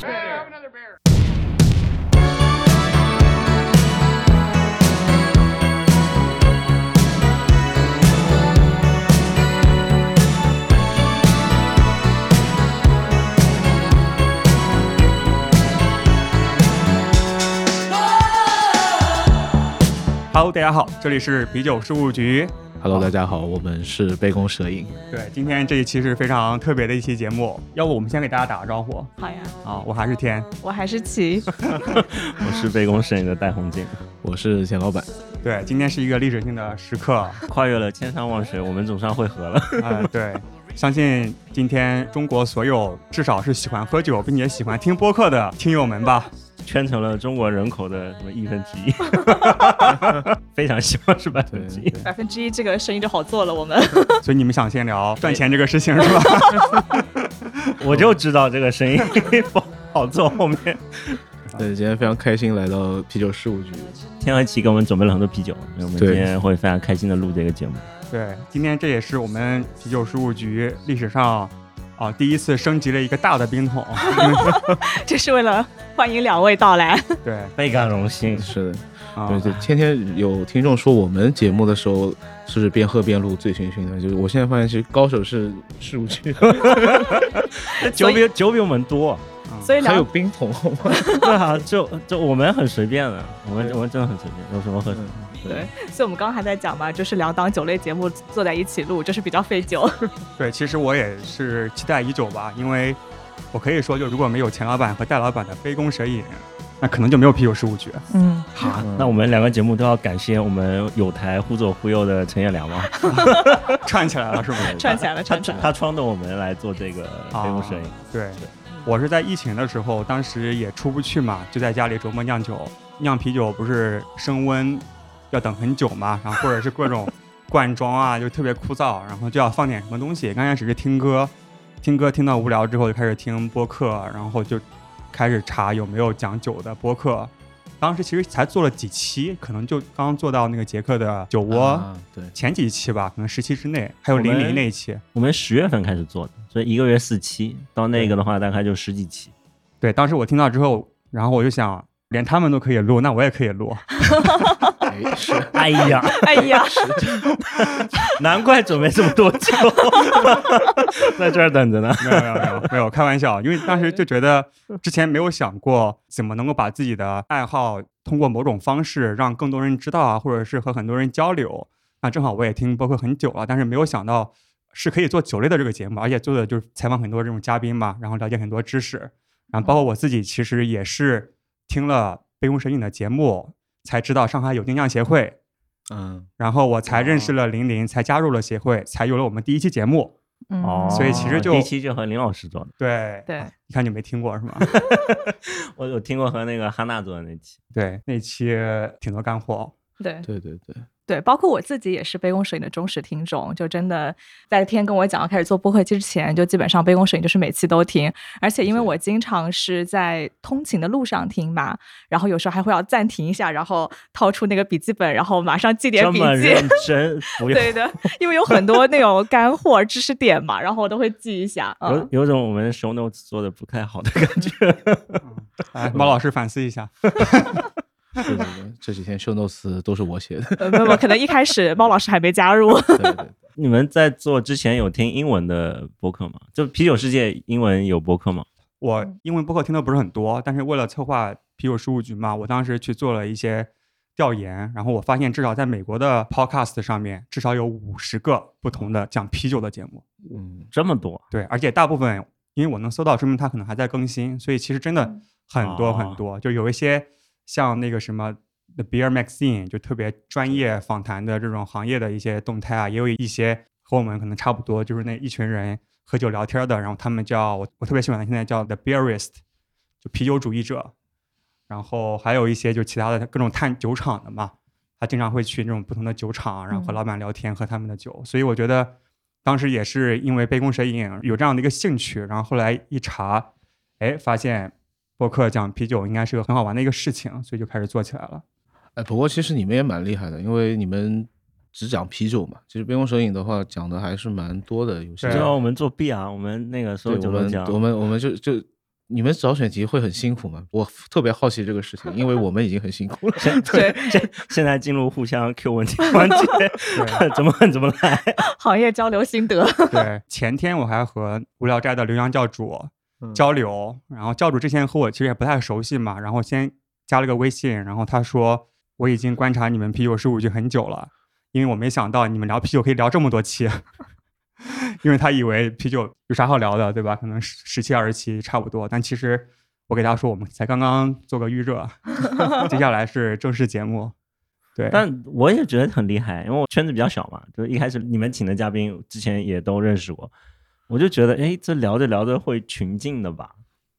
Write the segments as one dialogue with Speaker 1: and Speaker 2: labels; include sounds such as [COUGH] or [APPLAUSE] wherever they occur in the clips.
Speaker 1: Brother Bear.
Speaker 2: Hello，大家好，这里是啤酒事务局。
Speaker 3: Hello，大家好，我们是杯弓蛇影。
Speaker 2: 对，今天这一期是非常特别的一期节目，要不我们先给大家打个招呼
Speaker 4: 好呀，
Speaker 2: 啊？我还是天，
Speaker 4: 我还是齐。
Speaker 5: 我是杯弓蛇影的戴
Speaker 4: [LAUGHS]
Speaker 5: 红镜，
Speaker 3: 我是钱老板，
Speaker 2: 对，今天是一个历史性的时刻， [LAUGHS]
Speaker 5: 跨越了千山万水，我们总算会合了。 [LAUGHS]
Speaker 2: 呃，对，相信今天中国所有至少是喜欢喝酒并且喜欢听播客的听友们吧，
Speaker 5: 圈成了中国人口的什么亿分之一， [LAUGHS] 非常希望是百分之一。
Speaker 4: 百分之一这个生意就好做了，我们 [LAUGHS]
Speaker 2: 所以你们想先聊赚钱这个事情是吧？
Speaker 5: 我就知道这个声音 [LAUGHS] 不好做。后面
Speaker 3: 对，今天非常开心来到啤酒事务局，
Speaker 5: 天和奇给我们准备了很多啤酒，所以我们今
Speaker 3: 对
Speaker 5: 天会非常开心的录这个节目。
Speaker 2: [LAUGHS] 对，今天这也是我们啤酒事务局历史上啊、第一次升级了一个大的冰桶，
Speaker 4: 这是为了欢迎两位
Speaker 3: [LAUGHS]
Speaker 4: 到来。
Speaker 2: 对
Speaker 5: 倍感荣幸，
Speaker 3: 是的，
Speaker 2: 啊，
Speaker 3: 对对，天天有听众说我们节目的时候是边喝边录，醉醺醺的。就是我现在发现，其实高手是事务局，
Speaker 5: 酒比酒比我们多， [LAUGHS]
Speaker 4: 所以
Speaker 3: 还有
Speaker 4: 两
Speaker 3: 冰桶，
Speaker 5: 对啊，就就我们很随便的，啊我们我们真的很随便，有什么喝什么。
Speaker 4: 对，所以我们刚刚还在讲嘛，就是两档酒类节目坐在一起录，就是比较费酒。
Speaker 2: 对，其实我也是期待已久吧，因为我可以说，就如果没有钱老板和戴老板的杯弓蛇影，那可能就没有啤酒事务局。
Speaker 4: 嗯，
Speaker 5: 好，那我们两个节目都要感谢我们有台忽左忽右的陈彦良吗？
Speaker 2: [LAUGHS] 串起来了是吗？
Speaker 4: 串起来了，
Speaker 5: 他
Speaker 4: 串
Speaker 3: [LAUGHS]
Speaker 4: 起来哎了。哦
Speaker 5: 他创的我们来做这个
Speaker 2: 啊
Speaker 5: 飞龙摄影，
Speaker 2: 对，我是在疫情的时候，当时也出不去嘛，就在家里琢磨酿酒。酿啤酒不是升温要等很久嘛，然后或者是各种灌装啊，就特别枯燥，然后就要放点什么东西。刚开始是听歌，听歌听到无聊之后就开始听播客，然后就开始查有没有讲酒的播客。当时其实才做了几期，可能就刚做到那个杰克的酒窝、
Speaker 3: 啊对，
Speaker 2: 前几期吧，可能十期之内，还有
Speaker 5: 我
Speaker 2: 零
Speaker 5: 们
Speaker 2: 零那一期。
Speaker 5: 我们十月份开始做的，所以一个月四期，到那个的话大概就十几期。
Speaker 2: 对，当时我听到之后，然后我就想，连他们都可以录，那我也可以录。
Speaker 3: 哎是
Speaker 5: 哎呀， [LAUGHS]
Speaker 4: 哎呀，
Speaker 5: 难怪准备这么多酒， [LAUGHS] 在这儿等着呢。
Speaker 2: 没有没有没有没有，开玩笑，因为当时就觉得之前没有想过怎么能够把自己的爱好通过某种方式让更多人知道啊，或者是和很多人交流。那正好我也听播客很久了，但是没有想到是可以做酒类的这个节目，而且做的就是采访很多这种嘉宾嘛，然后了解很多知识。然后包括我自己其实也是听了杯弓蛇影的节目，才知道上海有定酿协会，
Speaker 3: 嗯，
Speaker 2: 然后我才认识了林林，才加入了协会，才有了我们第一期节目。
Speaker 4: 嗯
Speaker 3: 哦
Speaker 2: 所以其实就
Speaker 5: 哦第一期就和林老师做的，
Speaker 2: 对，
Speaker 4: 对，
Speaker 2: 一看就没听过是吗？
Speaker 5: 我有听过和那个哈娜做的那期，
Speaker 2: 对，那期挺多干货。哦
Speaker 4: 对
Speaker 3: 对对对，
Speaker 4: 对，包括我自己也是杯弓蛇影的忠实听众，就真的在天跟我讲要开始做播客之前，就基本上杯弓蛇影就是每期都听，而且因为我经常是在通勤的路上听嘛，然后有时候还会要暂停一下，然后掏出那个笔记本，然后马上记点
Speaker 5: 这
Speaker 4: 笔
Speaker 5: 么
Speaker 4: 记。
Speaker 5: 认
Speaker 4: [LAUGHS]
Speaker 5: 真，不用
Speaker 4: 对的，因为有很多那种干货知识点嘛，然后我都会记一下。
Speaker 5: 有
Speaker 4: 嗯，
Speaker 5: 有种我们 show notes 做的不太好的感觉。
Speaker 2: 哎，毛老师反思一下。
Speaker 3: 是的，对这几天 show notes 都是我写
Speaker 4: [LAUGHS]
Speaker 3: 的，
Speaker 4: 呃没有，没有可能一开始猫老师还没加入。 [LAUGHS]
Speaker 3: 对对对，
Speaker 5: 你们在做之前有听英文的播客吗？就啤酒世界英文有播客吗？
Speaker 2: 我英文播客听的不是很多，但是为了策划啤酒事务局嘛，我当时去做了一些调研，然后我发现至少在美国的 podcast 上面，至少有五十个不同的讲啤酒的节目。
Speaker 3: 嗯，
Speaker 5: 这么多，
Speaker 2: 对，而且大部分因为我能搜到，说明它可能还在更新，所以其实真的很多很
Speaker 5: 哦
Speaker 2: 多，就有一些像那个什么 The Beer Magazine，就特别专业访谈的这种行业的一些动态啊，也有一些和我们可能差不多，就是那一群人喝酒聊天的，然后他们叫我我特别喜欢的，现在叫 The Beerist，就啤酒主义者，然后还有一些就其他的各种探酒厂的嘛，他经常会去那种不同的酒厂，然后和
Speaker 4: 嗯
Speaker 2: 老板聊天，喝他们的酒。所以我觉得当时也是因为杯弓蛇影有这样的一个兴趣，然后后来一查，哎，发现播客讲啤酒应该是个很好玩的一个事情，所以就开始做起来了。
Speaker 3: 哎，不过其实你们也蛮厉害的，因为你们只讲啤酒嘛，其实杯弓蛇影的话讲的还是蛮多的，有些
Speaker 2: 对
Speaker 5: 知道我们做 B 啊，我们那个所
Speaker 3: 对，
Speaker 5: 有酒
Speaker 3: 我
Speaker 5: 都
Speaker 3: 们
Speaker 5: 讲，
Speaker 3: 我们我们就就你们找选题会很辛苦吗？我特别好奇这个事情，因为我们已经很辛苦了。
Speaker 5: [LAUGHS]
Speaker 4: 对，
Speaker 5: 现现在进入互相 Q 问题环 [LAUGHS] 节，怎么狠怎么来。
Speaker 4: 行业交流心得，
Speaker 2: 对，前天我还和无聊斋的刘洋教主
Speaker 3: 嗯
Speaker 2: 交流，然后教主之前和我其实也不太熟悉嘛，然后先加了个微信，然后他说我已经观察你们啤酒十五局很久了，因为我没想到你们聊啤酒可以聊这么多期， [LAUGHS] 因为他以为啤酒有啥好聊的，对吧？可能十十期二十期差不多，但其实我给大家说，我们才刚刚做个预热， [LAUGHS] 接下来是正式节目。对，
Speaker 5: [LAUGHS] 但我也觉得很厉害，因为我圈子比较小嘛，就是一开始你们请的嘉宾之前也都认识我，我就觉得哎，这聊着聊着会群进的吧？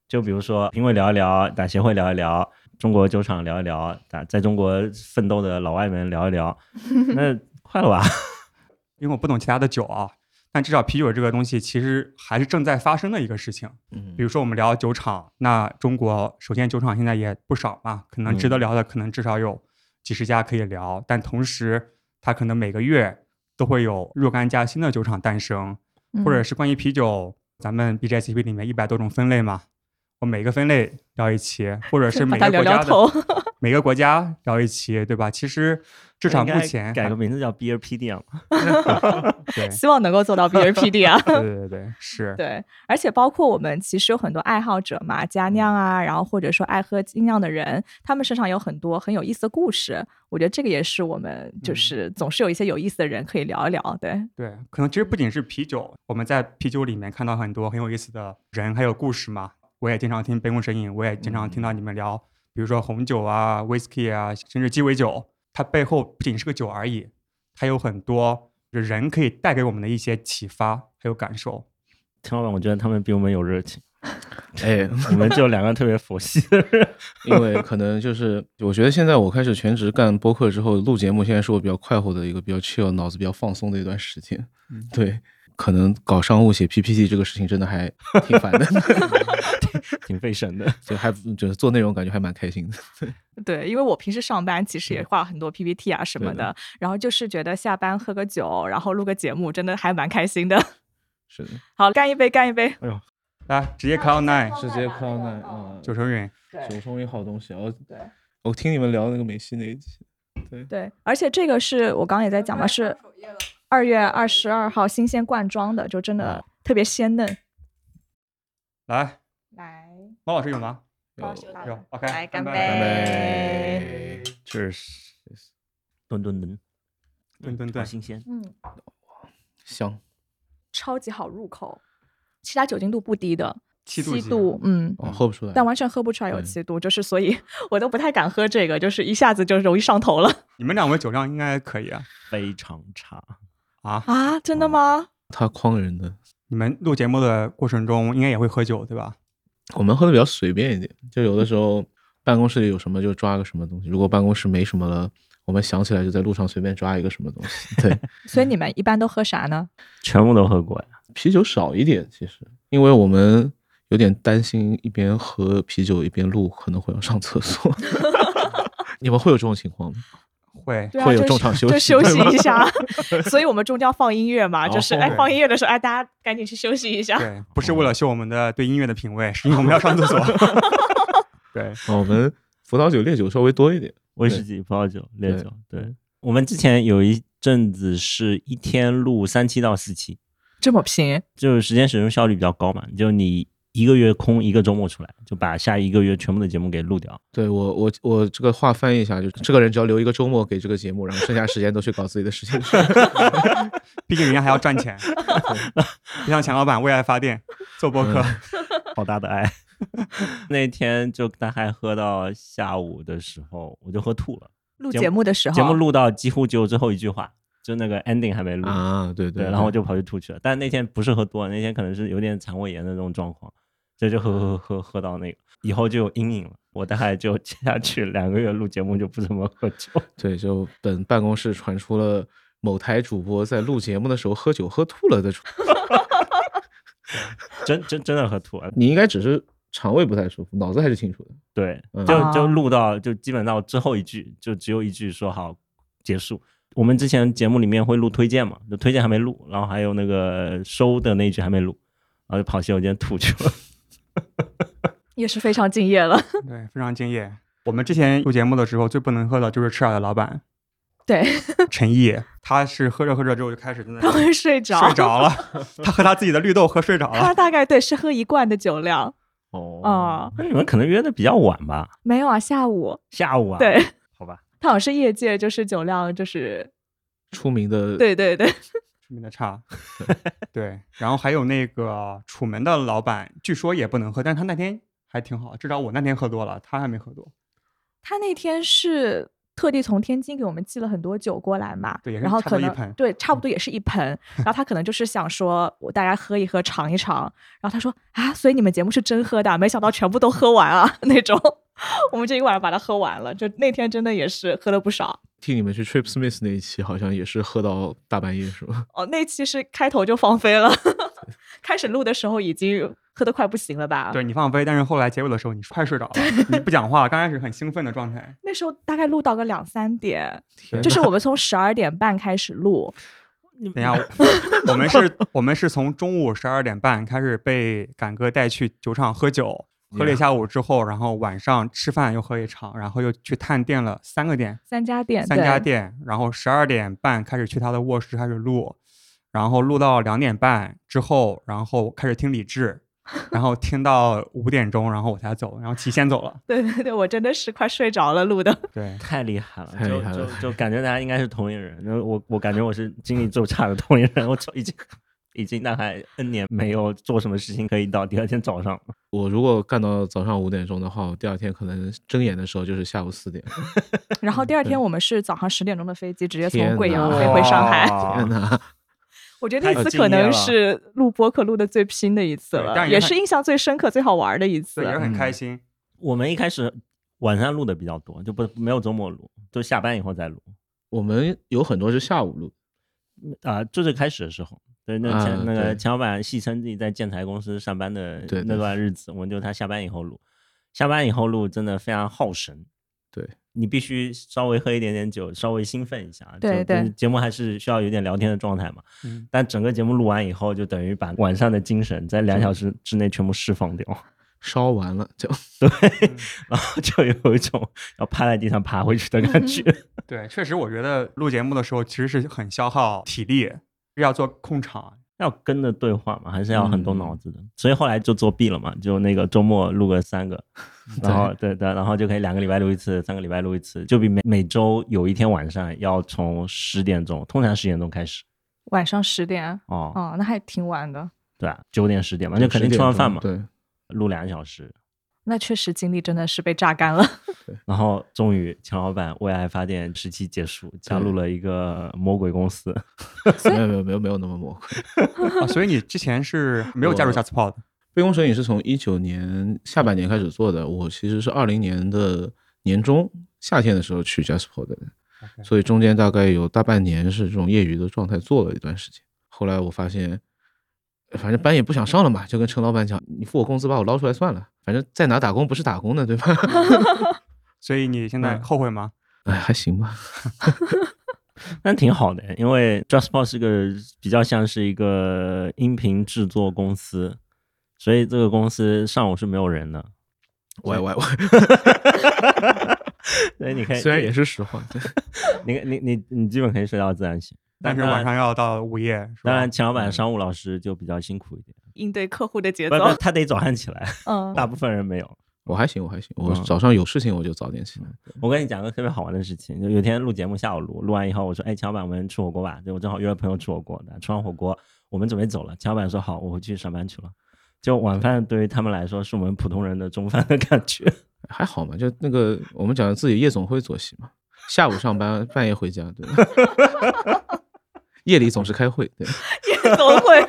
Speaker 5: 就比如说评委聊一聊，打协会聊一聊，中国酒厂聊一聊，打在中国奋斗的老外们聊一 [LAUGHS] 聊，那快了吧？
Speaker 2: 因为我不懂其他的酒啊，但至少啤酒这个东西其实还是正在发生的一个事情。
Speaker 3: 嗯
Speaker 2: 比如说我们聊酒厂，那中国首先酒厂现在也不少嘛，可能值
Speaker 4: 嗯
Speaker 2: 得聊的可能至少有几十家可以聊，但同时它可能每个月都会有若干家新的酒厂诞生，或者
Speaker 4: 嗯
Speaker 2: 是关于啤酒，咱们 BJCP 里面一百多种分类嘛，我每个分类聊一期，或者是
Speaker 4: [LAUGHS] 把
Speaker 2: 每
Speaker 4: 它
Speaker 2: 个
Speaker 4: 聊
Speaker 2: 国
Speaker 4: 聊
Speaker 2: 家
Speaker 4: 头
Speaker 2: 的。每个国家聊一期，对吧？其实至少目前
Speaker 5: 改
Speaker 2: 还
Speaker 5: 个名 [LAUGHS] 字叫 Beer PDM，
Speaker 2: 对
Speaker 4: 希望能够做到 BRPD 啊。 [LAUGHS]
Speaker 2: 对对对对是。
Speaker 4: 对，而且包括我们其实有很多爱好者嘛，家酿啊，然后或者说爱喝精酿的人，他们身上有很多很有意思的故事。我觉得这个也是我们就是总是有一些有意思的人可以聊一聊。对，
Speaker 2: 对，可能其实不仅是啤酒，我们在啤酒里面看到很多很有意思的人，还有故事嘛。我也经常听《杯弓蛇影》，我也经常听到你们聊，比如说红酒啊、whisky 啊，甚至鸡尾酒，它背后不仅是个酒而已，它有很多就是人可以带给我们的一些启发还有感受。
Speaker 5: 陈老板，我觉得他们比我们有热情，
Speaker 3: [LAUGHS] 哎，
Speaker 5: 我们就两个特别佛系的人。
Speaker 3: 因为可能就是，我觉得现在我开始全职干播客之后，录节目现在是我比较快活的一个比较 chill、脑子比较放松的一段时间。
Speaker 2: 嗯
Speaker 3: 对，可能搞商务写 PPT 这个事情真的 [LAUGHS] 还挺烦的， [LAUGHS]
Speaker 5: 挺费神的，
Speaker 3: 就还就是做内容感觉还蛮开心的。
Speaker 4: 对，因为我平时上班其实也画很多 PPT 啊什么
Speaker 3: 对
Speaker 4: 的，
Speaker 3: 的
Speaker 4: 然后就是觉得下班喝个酒，然后录个节目，真的还蛮开心的。 [LAUGHS]
Speaker 3: 是的，
Speaker 4: 好，干一杯，干一杯！
Speaker 2: 来，直接 call nine
Speaker 3: 直接靠那嗯，
Speaker 2: 九成云，
Speaker 3: 九成为好东西。我
Speaker 4: 对
Speaker 3: 我听你们聊那个美西那一期，
Speaker 4: 对，而且这个是我刚刚也在讲嘛，是二月二十二号新鲜灌装的，就真的特别鲜嫩。
Speaker 2: 来，
Speaker 4: 来，
Speaker 2: 猫老师有吗？
Speaker 3: 有
Speaker 2: 有，OK，
Speaker 4: 来干
Speaker 3: 拜
Speaker 4: 杯
Speaker 3: 拜。
Speaker 5: 确实，吨吨吨，
Speaker 2: 顿顿
Speaker 5: 好
Speaker 2: 顿，
Speaker 5: 新鲜。
Speaker 4: 嗯，
Speaker 3: 香
Speaker 4: 超级好入口，其实它酒精度不低的，
Speaker 2: 七度
Speaker 4: 度，
Speaker 2: 几
Speaker 4: 嗯。
Speaker 3: 哦，喝不出来。
Speaker 4: 但完全喝不出来有
Speaker 3: 对
Speaker 4: 七度，就是所以 [LAUGHS] 我都不太敢喝这个，就是一下子就容易上头了
Speaker 2: 你们两位酒量应该可以啊
Speaker 5: 非常差。
Speaker 2: 啊！
Speaker 4: 啊！真的吗？
Speaker 3: 他诓人的，
Speaker 2: 你们录节目的过程中应该也会喝酒对吧？
Speaker 3: 我们喝的比较随便一点，就有的时候办公室里有什么就抓个什么东西，如果办公室没什么了，我们想起来就在路上随便抓一个什么东西。
Speaker 5: [LAUGHS]
Speaker 3: 对，
Speaker 4: 所以你们一般都喝啥呢？
Speaker 5: 全部都喝过呀。
Speaker 3: 啤酒少一点，其实因为我们有点担心一边喝啤酒一边录可能会要上厕
Speaker 5: [LAUGHS]
Speaker 3: 所。 [LAUGHS] 你们会有这种情况吗？
Speaker 2: 会，
Speaker 4: 对啊，
Speaker 3: 会有
Speaker 4: 就
Speaker 3: 中
Speaker 4: 是
Speaker 3: 场
Speaker 4: [LAUGHS]
Speaker 3: 休
Speaker 4: 就
Speaker 3: 息
Speaker 4: 休
Speaker 3: 对
Speaker 4: 息
Speaker 3: 吗
Speaker 4: 一下。所以我们中间要放音乐嘛，就是
Speaker 3: 哦
Speaker 4: 哎
Speaker 2: 对
Speaker 4: 放音乐的时候，哎大家赶紧去休息一下。
Speaker 2: 对，不是为
Speaker 4: 哦
Speaker 2: 了秀我们的对音乐的品味，是因为我们要上
Speaker 4: [LAUGHS]
Speaker 2: 厕所。对，
Speaker 3: 啊我们葡萄酒、烈酒稍微多一点。
Speaker 5: 威士忌、葡萄酒、烈
Speaker 3: 对
Speaker 5: 酒。对，我们之前有一阵子是一天录三期到四期，
Speaker 4: 这么拼，
Speaker 5: 就是时间使用效率比较高嘛，就你一个月空一个周末出来，就把下一个月全部的节目给录掉。
Speaker 3: 对我，我我这个话翻译一下，就是这个人只要留一个周末给这个节目，然后剩下时间都去搞自己的事情
Speaker 5: [LAUGHS]
Speaker 3: 去。
Speaker 2: 毕竟人家还要赚
Speaker 4: [LAUGHS]
Speaker 2: 钱，不像钱老板为爱发电，做播客。
Speaker 4: 嗯
Speaker 5: 好大的爱。 [LAUGHS] 那天就大概喝到下午的时候，我就喝吐了。
Speaker 4: 录
Speaker 5: 节
Speaker 4: 节目的时候，
Speaker 5: 节目录到几乎只有最后一句话，就那个 ending 还没录。
Speaker 3: 啊，对
Speaker 5: 对，
Speaker 3: 对，
Speaker 5: 然后我就跑去吐去了。但那天不是喝多了，那天可能是有点肠胃炎的那种状况，所以就喝喝喝喝喝到那个，以后就有阴影了。我大概就接下去两个月录节目就不怎么喝酒。
Speaker 3: 对，就本办公室传出了某台主播在录节目的时候喝酒喝吐了的传。 [LAUGHS]
Speaker 5: 真真真的喝吐了。
Speaker 3: 你应该只是肠胃不太舒服，脑子还是清楚的。
Speaker 5: 对，
Speaker 3: 嗯
Speaker 5: 就就
Speaker 4: 啊
Speaker 5: 录到就基本到最后一句，就只有一句说好结束。我们之前节目里面会录推荐嘛，就推荐还没录，然后还有那个收的那一句还没录，然后就跑洗手间吐去了。
Speaker 4: 也是非常敬业了。
Speaker 2: 对，非常敬业。我们之前录节目的时候，最不能喝的就是赤耳的老板
Speaker 4: 对，
Speaker 2: [LAUGHS] 陈毅，他是喝着喝着之后就开始在那
Speaker 4: 他
Speaker 2: 里
Speaker 4: 会睡着，
Speaker 2: 睡着
Speaker 4: [LAUGHS]
Speaker 2: 啊了，他喝他自己的绿豆喝睡着
Speaker 4: 他
Speaker 2: 了。
Speaker 4: 大概对是喝一罐的酒量
Speaker 3: [LAUGHS] 哦
Speaker 4: 哦，
Speaker 5: 那你们可能约的比较晚吧，
Speaker 4: 没有啊，下午
Speaker 5: 下午啊，
Speaker 4: 对，
Speaker 5: 好吧，
Speaker 4: 他好像是业界就是酒量就是
Speaker 3: 出名的
Speaker 4: 对对对，
Speaker 2: 出名的差， [LAUGHS] 对。然后还有那个楚门的老板，据说也不能喝，但是他那天还挺好，至少我那天喝多了，他还没喝多。
Speaker 4: 他那天是特地从天津给我们寄了很多酒过来嘛，
Speaker 2: 对也是
Speaker 4: 然后
Speaker 2: 差不
Speaker 4: 可
Speaker 2: 多一
Speaker 4: 能
Speaker 2: 盆嗯
Speaker 4: 对，差不多也是一盆，然后他可能就是想说，我大家喝一喝，尝一尝，然后他说啊，所以你们节目是真喝的啊，没想到全部都喝完啊 [LAUGHS] 那种，我们这一晚上把它喝完了，就那天真的也是喝了不少
Speaker 3: 听你们去 Trip Smith 那一期，好像也是喝到大半夜是吧？ [LAUGHS]
Speaker 4: 哦，那期是开头就放飞了， [LAUGHS] 开始录的时候已经喝的快不行了吧？
Speaker 2: 对你放飞，但是后来结尾的时候你快睡着了，你不讲话了，刚开始很兴奋的状态。
Speaker 4: 那时候大概录到个两三点，
Speaker 3: 天
Speaker 4: 就是我们从十二点半开始录，
Speaker 2: 等一下，我我们
Speaker 4: [LAUGHS]
Speaker 2: 是，我们是从中午十二点半开始被赶哥带去酒厂喝酒，喝了一
Speaker 3: Yeah
Speaker 2: 下午之后，然后晚上吃饭又喝一场，然后又去探店了三个店，
Speaker 4: 三家店，
Speaker 2: 三家
Speaker 4: 对
Speaker 2: 店，然后十二点半开始去他的卧室开始录，然后录到两点半之后，然后开始听李志，然后听到五点钟，然后我才走，然后提先走了。
Speaker 4: [LAUGHS] 对对对，我真的是快睡着了录的。 [LAUGHS]
Speaker 2: 对，
Speaker 5: 太厉害了，
Speaker 3: 太厉害了
Speaker 5: 就就就感觉大家应该是同一人，那我我感觉我是经历最差的同一人，我就已经已经大概 N 年没有做什么事情可以到第二天早上了，
Speaker 3: 我如果干到早上五点钟的话，我第二天可能睁眼的时候就是下午四点。
Speaker 4: 然后第二
Speaker 3: 对
Speaker 4: 天我们是早上十点钟的飞机，直接
Speaker 3: 天
Speaker 4: 从贵阳
Speaker 3: 哪
Speaker 4: 飞回上海。
Speaker 3: 天
Speaker 5: 哇。
Speaker 3: 哪！
Speaker 4: 我觉得那
Speaker 5: 太
Speaker 4: 次
Speaker 5: 敬
Speaker 4: 可
Speaker 5: 业
Speaker 4: 能
Speaker 5: 了
Speaker 4: 是录播客录的最拼的一次
Speaker 2: 对
Speaker 4: 了，
Speaker 2: 但是
Speaker 4: 也
Speaker 2: 也
Speaker 4: 是
Speaker 2: 很
Speaker 4: 印象最深刻、最好玩的一次
Speaker 2: 所以。也是很
Speaker 3: 嗯
Speaker 2: 开心。
Speaker 5: 我们一开始晚上录的比较多，就不没有周末录，就下班以后再录。
Speaker 3: 我们有很多是下午录，
Speaker 5: 啊、最最开始的时候，对，那
Speaker 3: 啊
Speaker 5: 钱、那个
Speaker 3: 对
Speaker 5: 钱老板戏称自己在建材公司上班的
Speaker 3: 对
Speaker 5: 那
Speaker 3: 对
Speaker 5: 段日子，我们就他下班以后录，下班以后录真的非常耗神。
Speaker 3: 对，
Speaker 5: 你必须稍微喝一点点酒，稍微兴奋一下。就
Speaker 4: 对对
Speaker 5: 就是节目还是需要有点聊天的状态嘛。
Speaker 2: 嗯，
Speaker 5: 但整个节目录完以后，就等于把晚上的精神在两小时之内全部释放掉，
Speaker 3: 烧完了就
Speaker 5: 然后就有一种要趴在地上爬回去的感觉。
Speaker 2: 对，确实，我觉得录节目的时候其实是很消耗体力，要做控场。
Speaker 5: 要跟着对话嘛，还是要很
Speaker 3: 嗯
Speaker 5: 动脑子的，所以后来就作弊了嘛，就那个周末录个三 [LAUGHS] 个，然后对对，然后就可以两个礼拜录一次，三个礼拜录一次，就比每每周有一天晚上要从十点钟，通常十点钟开始
Speaker 4: [LAUGHS] 晚上十点，
Speaker 5: 哦，
Speaker 4: 哦，那还挺晚的。
Speaker 5: 对啊，九点十点嘛，就肯定吃完饭嘛， [LAUGHS]
Speaker 3: 对，
Speaker 5: 录两个小时，
Speaker 4: 那确实精力真的是被榨干了。
Speaker 5: 然后终于钱老板为爱发电时期结束，加入了一个魔鬼公司，
Speaker 3: 没有没有没有没有那么模糊。
Speaker 2: 啊、所以你之前是没有加入
Speaker 3: 我
Speaker 2: 下次 pod 的
Speaker 3: 杯弓蛇影是从一九年下半年开始做的，我其实是二零年的年中夏天的时候去 Jasper 的，所以中间大概有大半年是这种业余的状态做了一段时间。后来我发现，反正班也不想上了嘛，就跟陈老板讲，你付我工资把我捞出来算了，反正在哪打工不是打工的，对吧？ [LAUGHS]
Speaker 2: 所以你现在
Speaker 3: 嗯
Speaker 2: 后悔吗？
Speaker 3: 哎，还行吧。
Speaker 5: 但挺好的，因为 JustPod 是个比较像是一个音频制作公司，所以这个公司上午是没有人
Speaker 3: [LAUGHS]
Speaker 5: 的，
Speaker 3: 喂喂喂，
Speaker 5: 所以你可以，
Speaker 3: 虽然也是实话，对
Speaker 5: 你你你你基本可以睡到自然醒，
Speaker 2: 但是
Speaker 5: 当然
Speaker 2: 晚上要到午夜，是吧
Speaker 5: 当然，钱老
Speaker 3: 嗯
Speaker 5: 板商务老师就比较辛苦一点，
Speaker 4: 应对客户的节
Speaker 5: 不
Speaker 4: 奏，
Speaker 5: 不，他得早上起
Speaker 3: [LAUGHS]
Speaker 5: 来，
Speaker 4: 嗯，
Speaker 5: 大部分人没有。
Speaker 3: 我还行，我还行，我
Speaker 5: 嗯
Speaker 3: 早上有事情我就早点起来。
Speaker 5: 我跟你讲个特别好玩的事情，就有一天录节目下午录，录完以后我说，哎，钱老板，我们吃火锅吧？就我正好约了朋友吃火锅，吃完火锅我们准备走了，钱老板说好，我回去上班去了。就晚饭对于他们来说是我们普通人的中饭的感觉。
Speaker 3: 还好嘛，就那个我们讲的自己夜总会作息嘛，下午上班，半夜回家，对吧 [LAUGHS] 夜里总是开会，对，
Speaker 4: 夜总会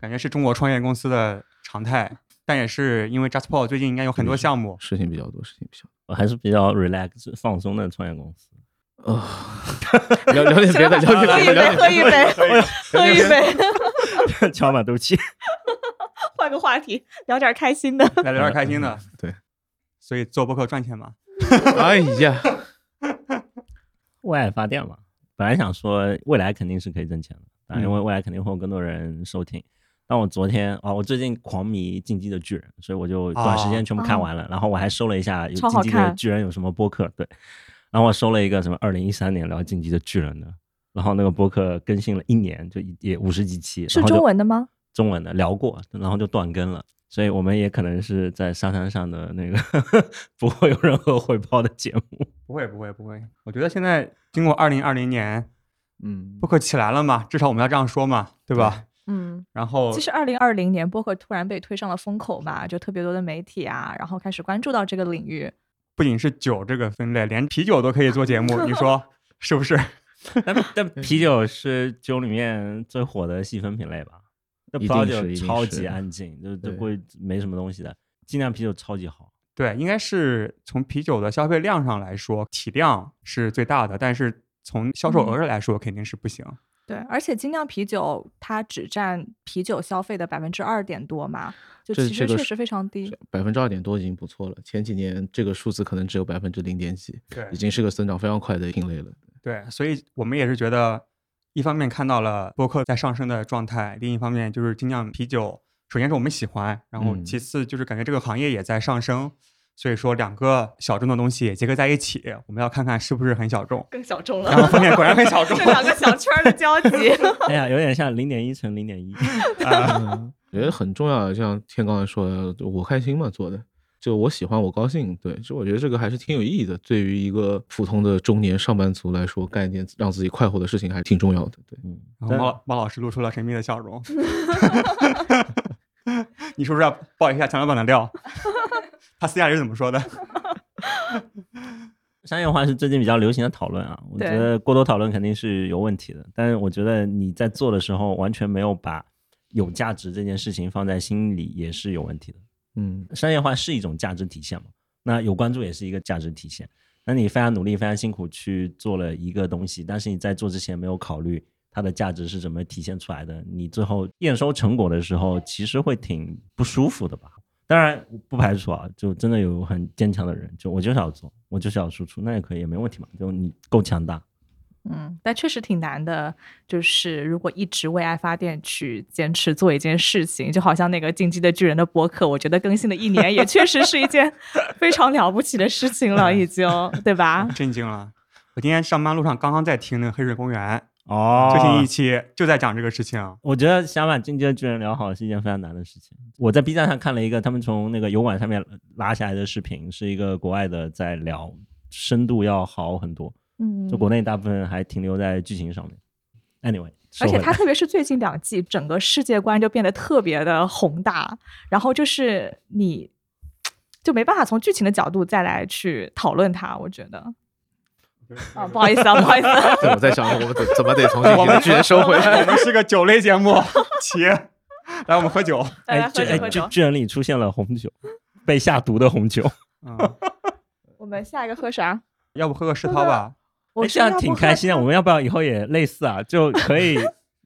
Speaker 2: 感觉是中国创业公司的常态，但也是因为 JustPod 最近应该有很多项目，
Speaker 3: 事情比较多，事情比较
Speaker 5: 我还是比较 relax 放松的创业公司。
Speaker 3: 多。啊、聊聊点别的，聊
Speaker 4: 喝
Speaker 3: 点
Speaker 4: 一
Speaker 3: 别的，聊
Speaker 4: 杯，
Speaker 3: 点
Speaker 4: 喝一杯，
Speaker 5: [LAUGHS]
Speaker 4: 喝一杯， [LAUGHS]
Speaker 5: 乔马，对不起，
Speaker 4: 换个话题，聊点开心的。
Speaker 2: 来聊点开心的。
Speaker 3: 对，
Speaker 2: 所以做播客赚钱嘛，
Speaker 3: 别的。哎呀，
Speaker 5: 为爱发电嘛。本来想说未来肯定是可以挣钱的，啊
Speaker 2: 嗯
Speaker 5: 因为未来肯定会有更多人收听。但我昨天啊，我最近狂迷《进击的巨人》，所以我就短时间全部看完了。然后我还搜了一下有
Speaker 4: 啊超
Speaker 5: 《
Speaker 4: 好
Speaker 5: 进击的
Speaker 4: 看
Speaker 5: 巨人》有什么播客，对。然后我搜了一个什么二零一三年聊《进击的巨人》的，然后那个播客更新了一年，就一也五十几期，
Speaker 4: 是
Speaker 5: 然后就
Speaker 4: 中文的吗？
Speaker 5: 中文的聊过，然后就断更了。所以我们也可能是在沙滩上的那个 [LAUGHS] 不会有任何回报的节
Speaker 3: [LAUGHS]
Speaker 5: 目。
Speaker 2: 不会不会不会，我觉得现在经过二零二零年，
Speaker 3: 嗯
Speaker 2: 播客起来了嘛，至少我们要这样说嘛，对吧？
Speaker 4: 嗯，
Speaker 2: 然后
Speaker 4: 其实二零二零年播客突然被推上了风口嘛，就特别多的媒体啊，然后开始关注到这个领域。
Speaker 2: 不仅是酒这个分类，连啤酒都可以做节目，你 [LAUGHS] 说是不是？
Speaker 5: 但但啤酒是酒里面最火的细分品类吧？那葡
Speaker 3: 一
Speaker 5: 萄
Speaker 3: 定是
Speaker 5: 酒
Speaker 3: 一定
Speaker 5: 超
Speaker 3: 是
Speaker 5: 级安静，就就
Speaker 3: 对
Speaker 5: 不会没什么东西的。精酿啤酒超级好，
Speaker 2: 对，应该是从啤酒的消费量上来说，体量是最大的，但是从销售额上来说，肯定是不行。
Speaker 4: 对，而且精酿啤酒它只占啤酒消费的百分之二点多嘛，就
Speaker 3: 这
Speaker 4: 其
Speaker 3: 这
Speaker 4: 实
Speaker 3: 个
Speaker 4: 确
Speaker 3: 是
Speaker 4: 实非常低。
Speaker 3: 百分之二点多已经不错了。前几年这个数字可能只有百分之零点几，
Speaker 2: 对
Speaker 3: 已经是个增长非常快的品类了。
Speaker 2: 对，所以我们也是觉得，一方面看到了播客在上升的状态，另一方面就是精酿啤酒，首先是我们喜欢，然后
Speaker 3: 嗯
Speaker 2: 其次就是感觉这个行业也在上升，所以说两个小众的东西结合在一起，我们要看看是不是很小众。
Speaker 4: 更小众，
Speaker 2: 然
Speaker 3: 啊
Speaker 2: 后发现果然很小众 [LAUGHS]
Speaker 4: 个小圈儿的交
Speaker 3: [LAUGHS]
Speaker 4: 集。
Speaker 5: 哎呀，有点像零点一乘零点一。 [LAUGHS]
Speaker 3: 嗯，我觉得很重要。像天刚才说的，我开心嘛做的，就我喜欢，我高兴。对，就我觉得这个还是挺有意义的。对于一个普通的中年上班族来说，干一件让自己快活的事情还挺重要的。对，
Speaker 5: 嗯，
Speaker 2: 然后
Speaker 5: 但
Speaker 2: 猫老猫老师露出了神秘的笑
Speaker 4: [LAUGHS]
Speaker 2: 容。你是不是要爆一下强老板的料？他私下里是怎么说的？
Speaker 5: 商业化是最近比较流行的讨论啊，我觉
Speaker 4: 对
Speaker 5: 得过多讨论肯定是有问题的。但是我觉得你在做的时候，完全没有把有价值这件事情放在心里，也是有问题的。
Speaker 3: 嗯，，
Speaker 5: 商业化是一种价值体现嘛，那有关注也是一个价值体现。那你非常努力、非常辛苦去做了一个东西，但是你在做之前没有考虑它的价值是怎么体现出来的，你最后验收成果的时候，其实会挺不舒服的吧？当然不排除啊，就真的有很坚强的人，就我就是要做，我就是要输出，那也可以，也没问题嘛。就你够强大，
Speaker 4: 嗯，但确实挺难的。就是如果一直为爱发电去坚持做一件事情，就好像那个《进击的巨人》的播客，我觉得更新了一年，也确实是一件 [LAUGHS] 非常了不起的事情了，已经，对吧？
Speaker 2: [LAUGHS] 震惊了！我今天上班路上刚刚在听那个《黑水公园》
Speaker 5: 哦
Speaker 2: 最新一期，就在讲这个事
Speaker 4: [LAUGHS]
Speaker 2: 情。
Speaker 5: 我觉得想把《进击的巨人》聊好是一件非常难的事情。我在 B 站上看了一个他们从那个油管上面拉下来的视频，是一个国外的在聊，深度要好很多。
Speaker 4: 嗯
Speaker 5: 就国内大部分还停留在剧情上面。Anyway，
Speaker 4: 而且
Speaker 5: 说回
Speaker 4: 它
Speaker 5: 来
Speaker 4: 特别是最近两季，整个世界观就变得特别的宏大，然后就是你就没办法从剧情的角度再来去讨论它，我觉得。啊，不好意思啊，不好意思、啊
Speaker 3: 对，我在想，我怎怎么得从这
Speaker 2: [LAUGHS] 我
Speaker 3: 个
Speaker 2: 们
Speaker 3: 巨人收回 [LAUGHS]
Speaker 2: 我
Speaker 3: 来？
Speaker 2: 们是个酒类节目，起来我们喝酒。
Speaker 4: 大家
Speaker 5: 哎，
Speaker 4: 喝
Speaker 5: 这
Speaker 4: 酒
Speaker 5: 哎
Speaker 4: 喝
Speaker 5: 这
Speaker 4: 酒。
Speaker 5: 巨人里出现了红酒，被下毒的红酒，
Speaker 2: 嗯，
Speaker 4: 我们下一个喝啥？
Speaker 2: 要不喝个世涛吧？
Speaker 4: 我
Speaker 5: 哎，
Speaker 4: 觉
Speaker 5: 这
Speaker 4: 得
Speaker 5: 样
Speaker 4: 要
Speaker 5: 挺
Speaker 4: 不喝
Speaker 5: 开心的。我们要不要以后也类似啊？就
Speaker 4: [LAUGHS]
Speaker 5: 可以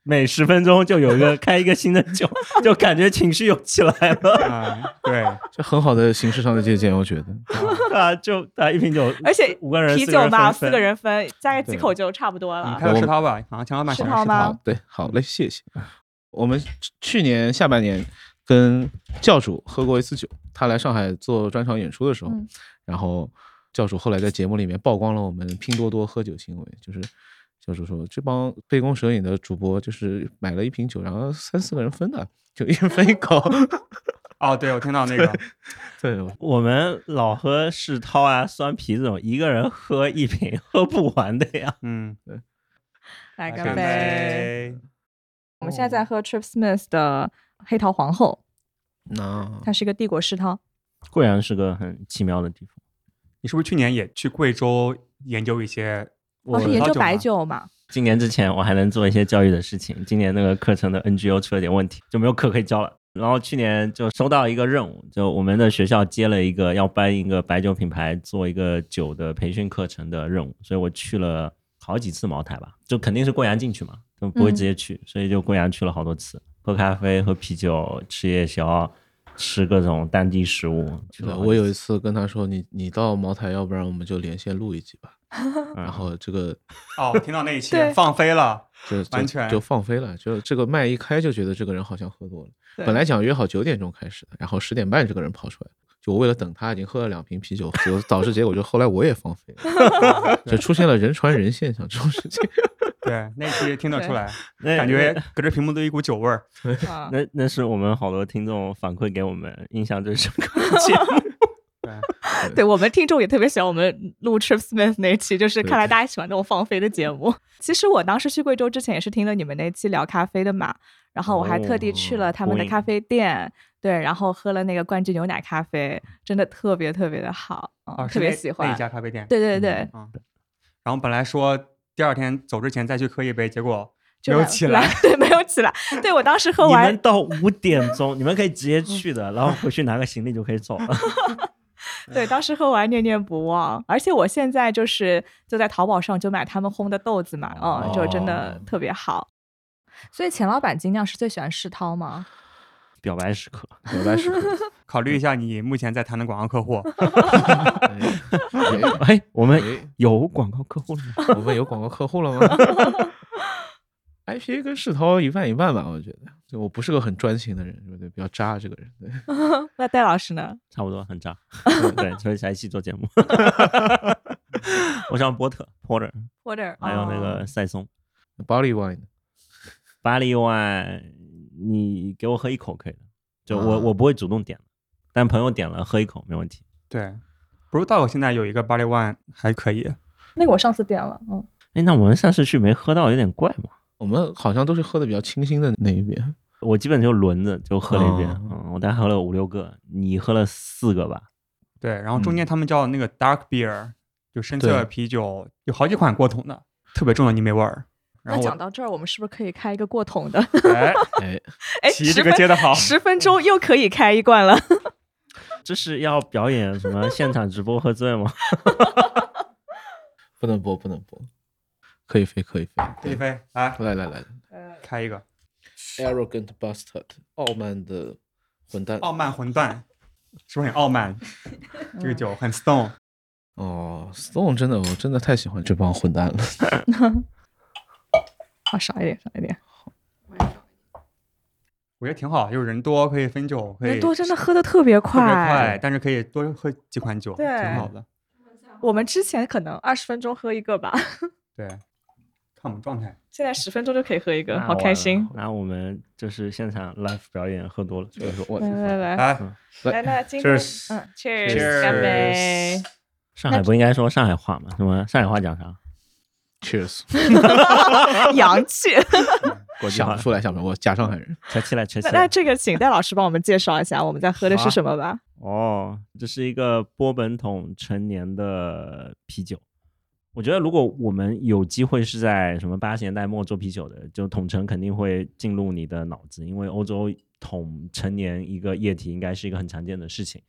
Speaker 5: 每十分钟就有一个开一个新的酒，就感觉情绪又起来了 [LAUGHS]
Speaker 2: 嗯，对，
Speaker 3: 这很好的形式上的借鉴，我觉得。
Speaker 5: 啊！就啊，一瓶酒，
Speaker 4: 而且
Speaker 5: 五个人，
Speaker 4: 啤
Speaker 5: 四个
Speaker 4: 酒嘛，
Speaker 5: 人
Speaker 4: 四
Speaker 5: 分
Speaker 4: 个
Speaker 5: 分
Speaker 4: 人分，加个几
Speaker 3: 对
Speaker 4: 口就差不多
Speaker 2: 你
Speaker 4: 了。
Speaker 2: 嗯开个世涛吧。好像强老板
Speaker 4: 世
Speaker 2: 想
Speaker 4: 涛
Speaker 2: 世
Speaker 4: 吗
Speaker 2: 涛，
Speaker 3: 对，好嘞，谢谢。我们去去年下半年跟教主喝过一次酒，他来上海做专场演出的时候，
Speaker 4: 嗯
Speaker 3: 然后教主后来在节目里面曝光了我们拼多多喝酒行为，就是教主说这帮杯弓蛇影的主播就是买了一瓶酒，然后三四个人分的，就一人分一
Speaker 4: [LAUGHS]
Speaker 3: 口。
Speaker 2: 哦，对，我听到那个，
Speaker 3: 对，
Speaker 5: 我们老喝世涛啊、酸啤这种，一个人喝一瓶 [LAUGHS] 喝不完的呀。
Speaker 2: 嗯，
Speaker 4: 来
Speaker 2: 来
Speaker 4: 干
Speaker 2: 干
Speaker 4: 杯！
Speaker 2: 杯。
Speaker 4: 我们现在在喝 Trip Smith 的黑桃皇后，
Speaker 3: 那
Speaker 4: 它是一个帝国世涛。
Speaker 5: 贵阳是个很奇妙的地方，
Speaker 2: 你是不是去年也去贵州研究一些？
Speaker 4: 我哦是研究白酒嘛，
Speaker 5: 今年之前我还能做一些教育的事情，今年那个课程的 NGO 出了点问题，就没有课可以教了。然后去年就收到一个任务，就我们的学校接了一个要办一个白酒品牌做一个酒的培训课程的任务，所以我去了好几次茅台吧，就肯定是贵阳进去嘛，就不会直接去，所以就贵阳去了好多次，喝咖啡、喝啤酒、吃夜宵、吃各种当地食物。去了好几次
Speaker 3: 我有一次跟他说，你你到茅台，要不然我们就连线录一集吧。
Speaker 4: 嗯
Speaker 3: 然后这个
Speaker 2: 哦，我听到
Speaker 4: [LAUGHS]
Speaker 2: 那一期
Speaker 4: 对
Speaker 2: 放飞了，
Speaker 3: 就就
Speaker 2: 完全
Speaker 3: 就放飞了，就这个麦一开就觉得这个人好像喝多了。
Speaker 4: 对
Speaker 3: 本来想约好九点钟开始的，然后十点半这个人跑出来，就我为了等他已经喝了两瓶啤酒，就导致结果就后来我也放飞
Speaker 2: [LAUGHS]
Speaker 3: 了，就出现了人传人现象这种事情。
Speaker 2: 对，那
Speaker 4: [LAUGHS]
Speaker 2: 期听得出来，
Speaker 5: 嗯那
Speaker 2: 感觉隔着屏幕都一股酒味儿。
Speaker 5: [LAUGHS]
Speaker 4: 啊
Speaker 5: 那那那是我们好多听众反馈给我们印象最深刻的节目。
Speaker 2: 对，
Speaker 4: 对我们听众也特别喜欢我们录 Trip Smith 那期，就是
Speaker 3: 对
Speaker 4: 看来大家喜欢这种放飞的
Speaker 2: [LAUGHS]
Speaker 4: 节目。其实我当时去贵州之前也是听了你们那期聊咖啡的嘛，然后我还特地去了他们的
Speaker 5: 哦
Speaker 4: 咖啡店，对，然后喝了那个冠军牛奶咖啡，真的特别特别的好，嗯
Speaker 2: 啊，是
Speaker 4: 特别
Speaker 2: 那
Speaker 4: 喜
Speaker 2: 那
Speaker 4: 欢
Speaker 2: 一。家咖啡店。
Speaker 4: 对对对，
Speaker 2: 嗯，然后本来说第二天走之前再去喝一杯，结果
Speaker 4: 就
Speaker 2: 没有
Speaker 4: 来
Speaker 2: 起来，
Speaker 4: [LAUGHS] 对，没有起来。对我当时喝
Speaker 5: 你
Speaker 4: 完
Speaker 5: 们，到五点钟，你们可以直接去的，然后回去拿个行李就可以走了。
Speaker 4: [LAUGHS] 对，当时喝完念念不忘，而且我现在就是就在淘宝上就买他们烘的豆子嘛，嗯，就真的
Speaker 3: 哦
Speaker 4: 特别好。所以钱老板精酿是最喜欢世涛吗？
Speaker 5: 表白时刻，
Speaker 3: 表白时刻，
Speaker 2: 考
Speaker 4: 嗯
Speaker 2: 虑一下你目前在谈的广告客户。
Speaker 4: [LAUGHS]
Speaker 3: 哎哎
Speaker 5: [LAUGHS] 哎，我们
Speaker 3: 哎
Speaker 5: 有广告客户了吗？
Speaker 3: 我们有广告客户了吗？IPA 跟世涛一半一半吧，我觉得，就我不是个很专情的人，对不对？比较渣这个人，对。
Speaker 4: 那戴老师呢？
Speaker 5: 差不多，很
Speaker 3: [LAUGHS]
Speaker 5: 渣。对，所以下一期做节目。我想波特 Porter，
Speaker 4: 或者哦
Speaker 5: 还有那
Speaker 3: 哦
Speaker 5: 个赛松
Speaker 3: Body wine，
Speaker 5: 巴黎万，你给我喝一口可以的，就我、
Speaker 3: 啊
Speaker 5: 我不会主动点的，但朋友点了喝一口没问题。
Speaker 2: 对，Brewdog 现在有一个 Body One 还可以，
Speaker 4: 那个我上次点了，嗯，
Speaker 5: 哎，那我们上次去没喝到，有点怪嘛。
Speaker 3: 我们好像都是喝的比较清新的那
Speaker 2: [LAUGHS]
Speaker 3: 一边。
Speaker 5: 我基本就轮着就喝了一遍，
Speaker 3: 哦
Speaker 5: 嗯，我大概喝了五六个，你喝了四个吧？
Speaker 2: 对，然后
Speaker 4: 嗯
Speaker 2: 中间他们叫那个 dark beer，、就深色
Speaker 3: 对
Speaker 2: 啤酒，有好几款过桶的，特别重的泥煤味儿。然
Speaker 4: 那
Speaker 2: 后
Speaker 4: 讲
Speaker 2: 我
Speaker 4: 到这儿，我们是不是可以开一个过 [LAUGHS] 桶的？
Speaker 2: 哎，
Speaker 3: 哎，
Speaker 4: 哎，
Speaker 2: 题
Speaker 4: 十
Speaker 2: 这个
Speaker 4: 分
Speaker 2: 接
Speaker 4: [LAUGHS]
Speaker 2: 的好，
Speaker 4: 十分钟又可以开一罐了。
Speaker 5: 这是要表演什么现场直播喝
Speaker 4: [LAUGHS]
Speaker 5: 醉吗？
Speaker 3: 不能播，不能播，可以飞，可以飞，
Speaker 2: 一
Speaker 3: 对。
Speaker 2: 飞来
Speaker 3: 来来来
Speaker 2: 开一个
Speaker 3: ，arrogant bastard，傲慢的混蛋。
Speaker 2: 傲慢混
Speaker 4: [LAUGHS]
Speaker 2: 蛋，是不是很傲慢？这个酒很 stone，
Speaker 3: 哦，Stone 真的，我真的太喜欢这帮混蛋了。
Speaker 4: [LAUGHS] 啊，少一点，少一点。
Speaker 2: 我觉得挺好，就是人多可以分酒，可以
Speaker 4: 人多真的喝的特别
Speaker 2: 特别
Speaker 4: 快
Speaker 2: 快，，但是可以多喝几款酒，
Speaker 4: 对
Speaker 2: 挺好的。
Speaker 4: 我们之前可能二十分钟喝一个吧， [LAUGHS]
Speaker 2: 对，看我们状态。
Speaker 4: 现在十分钟就可以喝一个，
Speaker 5: 那
Speaker 4: 好
Speaker 5: 完
Speaker 4: 开
Speaker 5: 了
Speaker 4: 心。！
Speaker 5: 那我们就是现场 live 表演喝多了，
Speaker 3: 就是 [LAUGHS] 说我
Speaker 4: 来来来，
Speaker 2: 来，
Speaker 5: 嗯
Speaker 4: 来，那今天
Speaker 2: Cheers
Speaker 4: 嗯，Cheers，
Speaker 5: Cheers
Speaker 4: 干杯！
Speaker 5: 上海不应该说上海话吗？什么上海话讲啥？
Speaker 3: ，Cheers，
Speaker 4: [LAUGHS] 洋 [LAUGHS] 气。
Speaker 5: 国际
Speaker 3: 想
Speaker 5: 化
Speaker 3: 不，出来，想不出来，我假上海人。
Speaker 5: 扯起来，扯起
Speaker 4: 那那
Speaker 5: 来。
Speaker 4: 这个，请戴老师帮我们介绍一下，我们在喝的
Speaker 2: 好
Speaker 4: 是
Speaker 2: 啊
Speaker 4: 什么吧？
Speaker 5: 哦，这是一个波本桶陈年的啤酒。我觉得如果我们有机会是在什么八十年代末做啤酒的，就桶陈肯定会进入你的脑子，因为欧洲桶陈年一个液体应该是一个很常见的事情。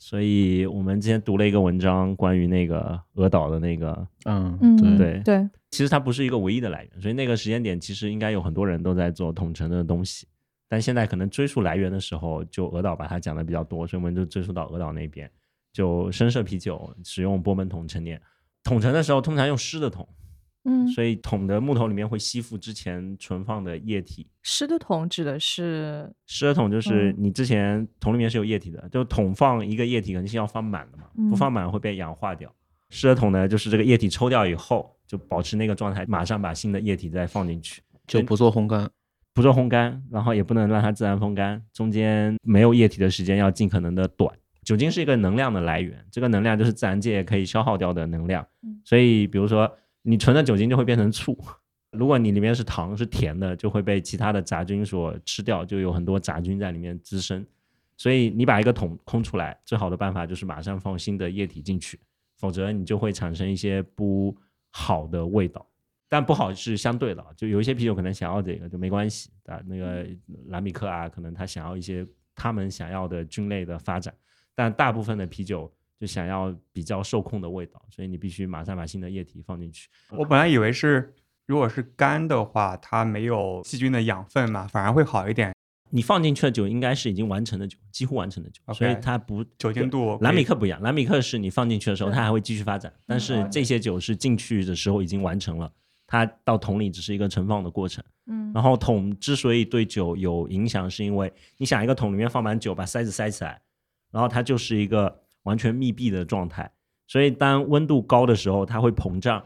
Speaker 5: 所以我们之前读了一个文章，关于那个俄岛的那个，
Speaker 3: 嗯，对，
Speaker 5: 对
Speaker 4: 对，
Speaker 5: 其实它不是一个唯一的来源，所以那个时间点其实应该有很多人都在做统称的东西，但现在可能追溯来源的时候，就俄岛把它讲的比较多，所以我们就追溯到俄岛那边，就深色啤酒使用波本桶陈年，桶陈的时候通常用湿的桶，
Speaker 4: 嗯，
Speaker 5: 所以桶的木头里面会吸附之前存放的液体。
Speaker 4: 湿的桶指的是
Speaker 5: 湿的桶就是
Speaker 4: 嗯
Speaker 5: 你之前桶里面是有液体的，就桶放一个液体肯定是要放满的嘛，
Speaker 4: 嗯
Speaker 5: 不放满会被氧化掉。湿的桶呢，就是这个液体抽掉以后，就保持那个状态，马上把新的液体再放进去。
Speaker 3: 就不做烘干。
Speaker 5: 不做烘干，然后也不能让它自然风干，中间没有液体的时间要尽可能的短。酒精是一个能量的来源，这个能量就是自然界可以消耗掉的能量
Speaker 4: 嗯。
Speaker 5: 所以，比如说你存的酒精就会变成醋， [LAUGHS] 如果你里面是糖是甜的，就会被其他的杂菌所吃掉，就有很多杂菌在里面滋生。所以你把一个桶空出来，最好的办法就是马上放新的液体进去，否则你就会产生一些不好的味道。但不好是相对的，啊就有一些啤酒可能想要这个就没关系啊，那个
Speaker 2: 嗯
Speaker 5: 兰比克啊，可能他想要一些他们想要的菌类的发展，但大部分的啤酒就想要比较受控的味道，所以你必须马上把新的液体放进去。
Speaker 2: 我本来以为是，如果是干的话，它没有细菌的养分嘛，反而会好一点。
Speaker 5: 你放进去的酒应该是已经完成的酒，几乎完成的酒
Speaker 2: OK
Speaker 5: 所以它不
Speaker 2: 酒精度可以
Speaker 5: 蓝米克不一样，蓝米克是你放进去的时候它还会继续发展，但是
Speaker 2: 嗯
Speaker 5: 这些酒是进去的时候已经完成了，它到桶里只是一个盛放的过程。
Speaker 4: 嗯
Speaker 5: 然后桶之所以对酒有影响，是因为你想一个桶里面放满酒，把塞子塞起来，然后它就是一个完全密闭的状态，所以当温度高的时候，它会膨胀，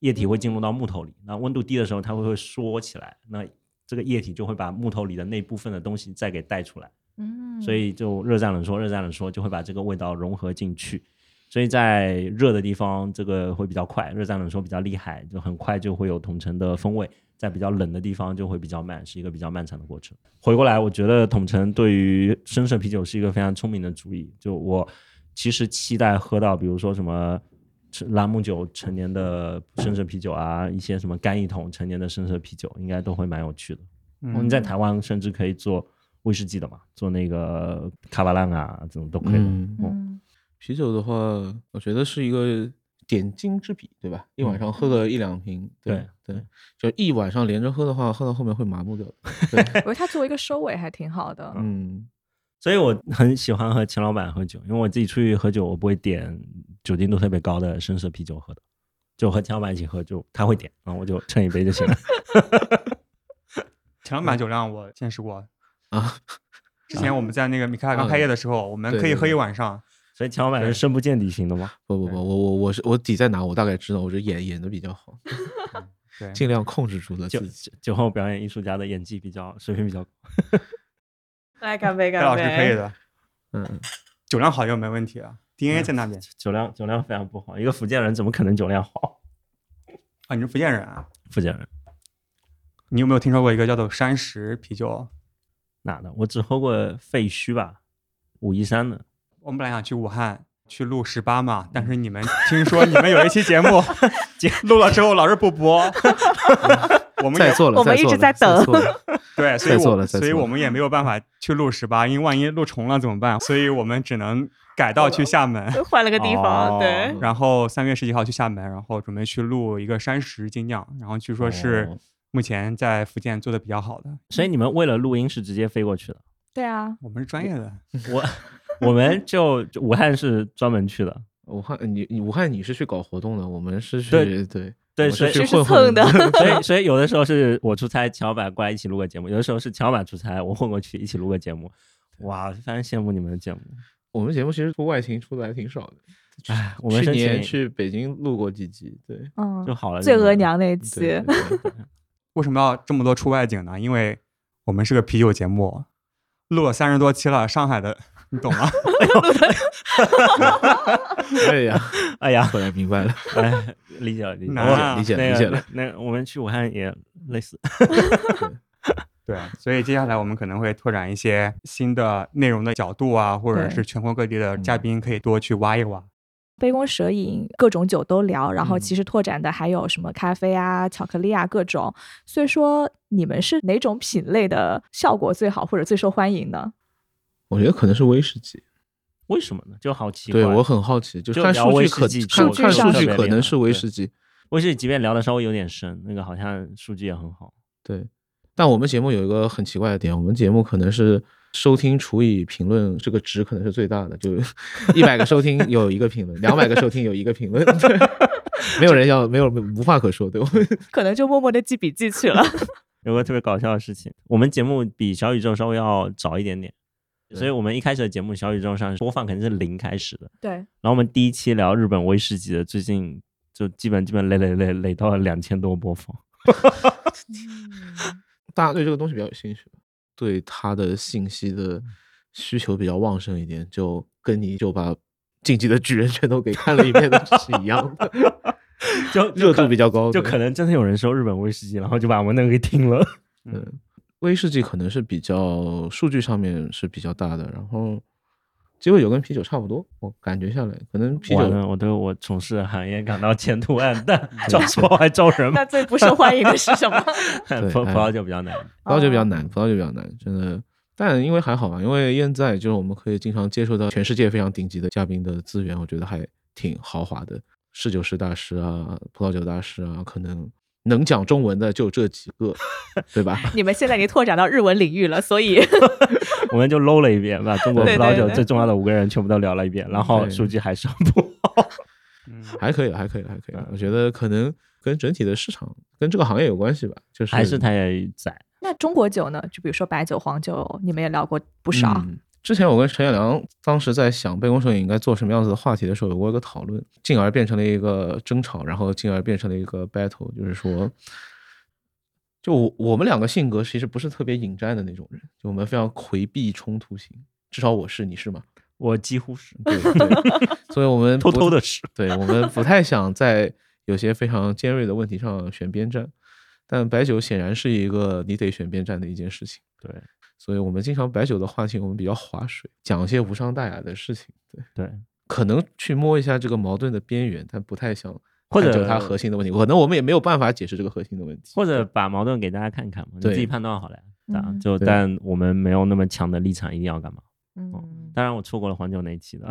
Speaker 5: 液体会进入到木头里；那温度低的时候，它会会缩起来，那这个液体就会把木头里的那部分的东西再给带出来。
Speaker 4: 嗯
Speaker 5: 所以就热胀冷缩，热胀冷缩就会把这个味道融合进去。所以在热的地方，这个会比较快，热胀冷缩比较厉害，就很快就会有桶陈的风味；在比较冷的地方就会比较慢，是一个比较漫长的过程。回过来，我觉得桶陈对于深色啤酒是一个非常聪明的主意。就我其实期待喝到，比如说什么拉姆酒陈年的深色啤酒啊，一些什么干邑桶陈年的深色啤酒，应该都会蛮有趣的。我
Speaker 2: 嗯
Speaker 5: 们哦在台湾甚至可以做威士忌的嘛，做那个卡巴浪啊，这种都可以的。
Speaker 3: 嗯
Speaker 5: 嗯
Speaker 4: 嗯
Speaker 3: 啤酒的话，我觉得是一个点睛之笔，对吧？一晚上喝个一两瓶，对对，就一晚上连着喝的话，喝到后面会麻木掉的。对，
Speaker 4: 我觉得它作为一个收尾还挺好的。
Speaker 3: 嗯，
Speaker 5: 所以我很喜欢和钱老板喝酒，因为我自己出去喝酒，我不会点酒精度特别高的深色啤酒喝的，就和钱老板一起喝，就他会点，然后我就蹭一杯就行了。
Speaker 2: 前两版酒量我见识过。
Speaker 3: 啊，
Speaker 2: 之前我们在那个米开尔刚
Speaker 3: 嗯
Speaker 2: 开业的时候，我们
Speaker 3: 对
Speaker 2: 可以
Speaker 3: 对
Speaker 2: 喝一
Speaker 3: 对
Speaker 2: 晚上。
Speaker 5: 所以钱老板是深不见底型的吗？
Speaker 3: 不不不，我我我是我底在哪，我大概知道，我这演演的比较好，
Speaker 5: 嗯
Speaker 2: 对，
Speaker 3: 尽量控制住了
Speaker 5: 酒
Speaker 3: 自己。
Speaker 5: 酒后表演艺术家的演技比较水平比较高。
Speaker 4: [LAUGHS] 来干杯，
Speaker 2: 戴
Speaker 4: 干
Speaker 2: 老
Speaker 4: 杯！
Speaker 2: 师可以
Speaker 4: [LAUGHS]
Speaker 2: 的，
Speaker 3: 嗯，
Speaker 2: 酒量好就没问题啊。DNA
Speaker 5: 嗯
Speaker 2: 在那边
Speaker 5: 酒量酒量非常不好，一个福建人怎么可能酒量好？
Speaker 2: 啊，你是福建人啊？
Speaker 5: 福建人
Speaker 2: 你有没有听说过一个叫做山石啤酒？
Speaker 5: 哪的？我只喝过废墟吧，武夷山的。
Speaker 2: 我们本来想去武汉去录十八嘛，但是你
Speaker 3: [LAUGHS]
Speaker 2: 们听说你们有一期节目 [LAUGHS] 录了之后老是不
Speaker 3: [LAUGHS]
Speaker 2: 播，我们
Speaker 3: 在
Speaker 2: 也
Speaker 3: 做了，
Speaker 4: 我们
Speaker 3: 在
Speaker 4: 一
Speaker 3: 做
Speaker 4: 直
Speaker 3: 了
Speaker 4: 在等
Speaker 3: 做
Speaker 4: [LAUGHS]
Speaker 3: 了
Speaker 2: 对，所以
Speaker 3: 再做
Speaker 2: 我
Speaker 3: 了再
Speaker 2: 所以
Speaker 3: 做了
Speaker 2: 我们也没有办法去录十八，因为万一录重了怎么办？所以我们只能改到去厦门。
Speaker 4: 换了个地方，
Speaker 5: 哦
Speaker 4: 对，
Speaker 2: 然后三月十几号去厦门，然后准备去录一个山石精酿，然后据说是
Speaker 5: 哦
Speaker 2: 目前在福建做的比较好的。
Speaker 5: 所以你们为了录音是直接飞过去的？
Speaker 4: 对啊，
Speaker 2: 我们是专业的，
Speaker 5: 我我们就就武汉是专门去的，
Speaker 3: 武汉，你你武汉你是去搞活动的，我们是去
Speaker 5: 对
Speaker 3: 对
Speaker 5: 对
Speaker 3: 我是
Speaker 5: 所
Speaker 3: 去
Speaker 5: 以
Speaker 4: 是
Speaker 3: 混混
Speaker 4: 蹭的
Speaker 5: 所以所以有的时候是我出差，乔板过来一起录个节目；有的时候是乔板出差，我混过去一起录个节目。哇，非常羡慕你们的节目。
Speaker 3: [LAUGHS] 我们节目其实出外勤出的还挺少的，
Speaker 5: 哎，我们
Speaker 3: 去
Speaker 5: 申
Speaker 3: 年
Speaker 5: 请
Speaker 3: 去北京录过几集，
Speaker 5: [LAUGHS]
Speaker 3: 对，
Speaker 4: 嗯
Speaker 5: 就，好了。
Speaker 4: 罪
Speaker 5: 真的
Speaker 4: 额娘那
Speaker 3: 对
Speaker 4: 期，
Speaker 3: 对对对
Speaker 2: 为什么要这么多出外景呢？因为我们是个啤酒节目，录了三十多期了，上海的你懂吗？ [LAUGHS]
Speaker 3: 哎呀，
Speaker 5: 哎呀，
Speaker 3: 突然明白了，
Speaker 5: 哎，理解
Speaker 3: [LAUGHS]
Speaker 5: 了，理解
Speaker 2: 难啊
Speaker 5: 了，
Speaker 3: 理解
Speaker 5: 那
Speaker 3: 理
Speaker 5: 个
Speaker 3: 解了。
Speaker 5: 那那我们去武汉也类似。
Speaker 2: 对，所以接下来我们可能会拓展一些新的内容的角度啊，或者
Speaker 4: 对
Speaker 2: 是全国各地的嘉宾可以多去挖一挖。
Speaker 4: 杯弓蛇影，各种酒都聊，然后
Speaker 3: 嗯
Speaker 4: 其实拓展的还有什么咖啡啊、巧克力啊各种。所以说，你们是哪种品类的效果最好或者最受欢迎呢？ [LAUGHS]
Speaker 3: 我觉得可能是威士忌，
Speaker 5: 为什么呢？就好奇怪。
Speaker 3: 对我很好奇，就
Speaker 5: 就
Speaker 3: 看
Speaker 5: 聊
Speaker 3: 数
Speaker 5: 威
Speaker 3: 据
Speaker 5: 士
Speaker 3: 可
Speaker 5: 忌
Speaker 3: 看
Speaker 5: 就
Speaker 3: 看
Speaker 4: 上
Speaker 3: 数
Speaker 4: 特
Speaker 3: 据
Speaker 5: 别
Speaker 3: 可
Speaker 5: 厉
Speaker 3: 能
Speaker 5: 害
Speaker 3: 是威
Speaker 5: 对
Speaker 3: 士忌，
Speaker 5: 威士忌，即便聊的稍微有点深，那个好像数据也很好。
Speaker 3: 对。但我们节目有一个很奇怪的点，我们节目可能是收听除以评论这个值可能是最大的，就一百个收听有一个评论，两百个收听有一个评
Speaker 5: [LAUGHS]
Speaker 3: 论，对没有人要，没有无话可说，对我们
Speaker 5: 嗯
Speaker 4: 可能就默默的记笔记去了。
Speaker 5: 有个特别搞笑的事情，我们节目比小宇宙稍微要早一点点，
Speaker 3: 对
Speaker 5: 所以我们一开始的节目小宇宙上播放肯定是零开始的。
Speaker 4: [LAUGHS] [LAUGHS] 对，
Speaker 5: 然后我们第一期聊日本威士忌的，最近就基本基本累累累累到了两千多
Speaker 3: [LAUGHS]
Speaker 5: 播放。
Speaker 4: 嗯
Speaker 3: 大家对这个东西比较有兴趣，对它的信息
Speaker 5: 嗯
Speaker 3: 的需求比较旺盛一点，就跟你就把《进击的巨人》全都给看了一遍的是一样的，
Speaker 5: [LAUGHS] 就
Speaker 3: 热度比较高，
Speaker 5: 就
Speaker 3: 对
Speaker 5: 可能真的有人收日本威士忌，然后就把我们那个给停了。
Speaker 3: 嗯，威士忌可能是比较数据上面是比较大的，然后鸡尾酒跟啤酒差不多，我感觉下来可能啤
Speaker 5: 完
Speaker 3: 酒
Speaker 5: 了，我对我从事的行业感到前途暗
Speaker 3: [LAUGHS]
Speaker 5: 淡，招错还招人吗
Speaker 4: 那？最不受欢迎的是什么？ [LAUGHS]
Speaker 5: 葡
Speaker 3: 哎
Speaker 5: 葡萄酒比较难。
Speaker 3: 葡萄酒比较难，葡萄酒比较难，真的。但因为还好吧，因为现在就是我们可以经常接触到全世界非常顶级的嘉宾的资源，我觉得还挺豪华的，侍酒师大师啊，葡萄酒大师啊，可能能讲中文的就这几个，对吧？ [LAUGHS]
Speaker 4: 你们现在已经拓展到日文领域了，所 [LAUGHS] 以
Speaker 5: 我们就搂了一遍，把中国葡萄
Speaker 4: 对对
Speaker 5: 酒
Speaker 4: 对
Speaker 5: 最重要的五个人全部都聊了一遍，然后
Speaker 3: 对
Speaker 5: 数据还是不好。
Speaker 2: 嗯
Speaker 3: 还可以了，还可以了，还可以了
Speaker 5: 嗯。
Speaker 3: 我觉得可能跟整体的市场跟这个行业有关系吧，就是
Speaker 5: 还是他也在，
Speaker 4: 那中国酒呢？就比如说白酒、黄酒，你们也聊过不少。
Speaker 3: 嗯之前我跟陈远良当时在想办公摄影应该做什么样子的话题的时候，有过一个讨论，进而变成了一个争吵，然后进而变成了一个 battle，就是说，就我我们两个性格其实不是特别引战的那种人，就我们非常回避冲突型，至少我是，你是吗？
Speaker 5: 我几乎是
Speaker 3: 对
Speaker 5: [LAUGHS]
Speaker 3: 对，所以我们
Speaker 5: 偷
Speaker 3: 不
Speaker 5: 偷
Speaker 3: [LAUGHS]
Speaker 5: 的吃。
Speaker 3: 对我们不太想在有些非常尖锐的问题上选边站，但白酒显然是一个你得选边站的一件事情，
Speaker 5: 对
Speaker 3: 所以我们经常白酒的话题我们比较划水，讲一些无伤大雅的事情，对，
Speaker 5: 对，
Speaker 3: 可能去摸一下这个矛盾的边缘，但不太想
Speaker 5: 或者
Speaker 3: 探究它核心的问题，可能我们也没有办法解释这个核心的问题，
Speaker 5: [LAUGHS] 或者把矛盾给大家看看嘛，你
Speaker 3: 对
Speaker 5: 自己判断好了呀。对啊
Speaker 4: 嗯
Speaker 5: 就
Speaker 3: 对
Speaker 5: 但我们没有那么强的立场，一定要干嘛？
Speaker 4: 嗯，
Speaker 5: 当然，我错过了黄酒那一期的。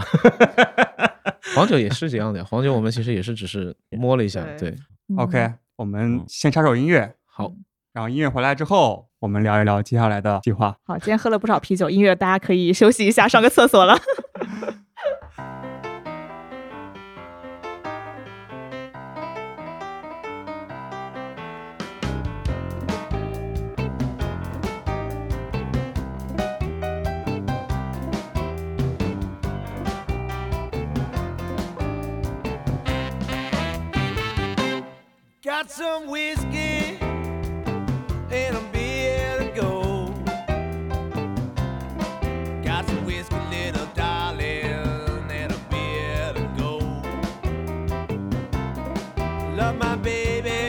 Speaker 5: [LAUGHS]
Speaker 3: 黄酒也是这样的，黄酒我们其实也是只
Speaker 5: [LAUGHS]
Speaker 3: 是摸了一下，对，
Speaker 4: 对
Speaker 2: 嗯
Speaker 4: 嗯
Speaker 2: OK，我们先插首音乐，
Speaker 3: 好，
Speaker 5: 嗯
Speaker 2: 然后音乐回来之后，我们聊一聊接下来的计划。
Speaker 4: 好，今天喝了不少啤酒，音乐大家可以休息一下，上个厕所了。 [LAUGHS]
Speaker 1: Got some whiskey and a beer to go. Got some whiskey, little darling, and a beer to go. Love my baby,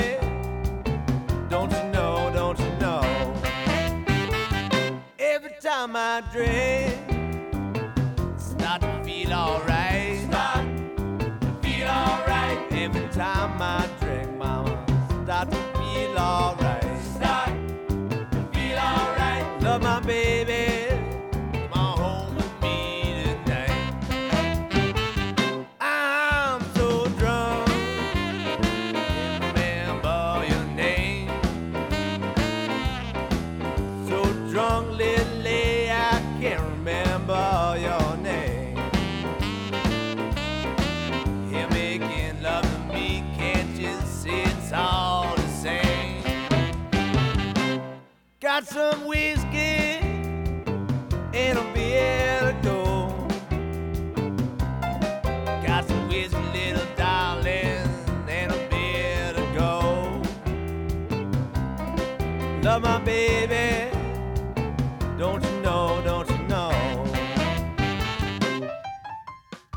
Speaker 1: don't you know, don't you know? Every time I drink, start to feel alright. Start feel alright every time I drink, mama. Start to feel alright. Start to feel alright. Love my baby. Come on home with me tonight. I'm so drunk. Remember your name. So drunk, little lady, I can't remember your name. You're making love to me, can't you see it's all the same? Got some whiskey and a beer to go. Got some whiskey, little darling, and a beer to go. Love my baby, don't you know, don't you know?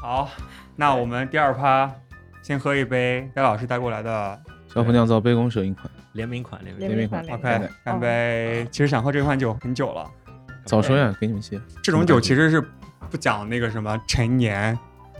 Speaker 2: 好，那我们第二趴先喝一杯戴老师带过来的
Speaker 3: 小红酿造杯弓蛇影款，
Speaker 5: 联名款，联名
Speaker 4: 联
Speaker 5: 款
Speaker 4: 名
Speaker 3: 联名
Speaker 4: 款
Speaker 3: 款
Speaker 4: 联名
Speaker 2: ，OK，干杯。其实想喝这款酒很久了，
Speaker 3: 早说呀，给你们些，
Speaker 2: 这种酒其实是不讲那个什么陈年，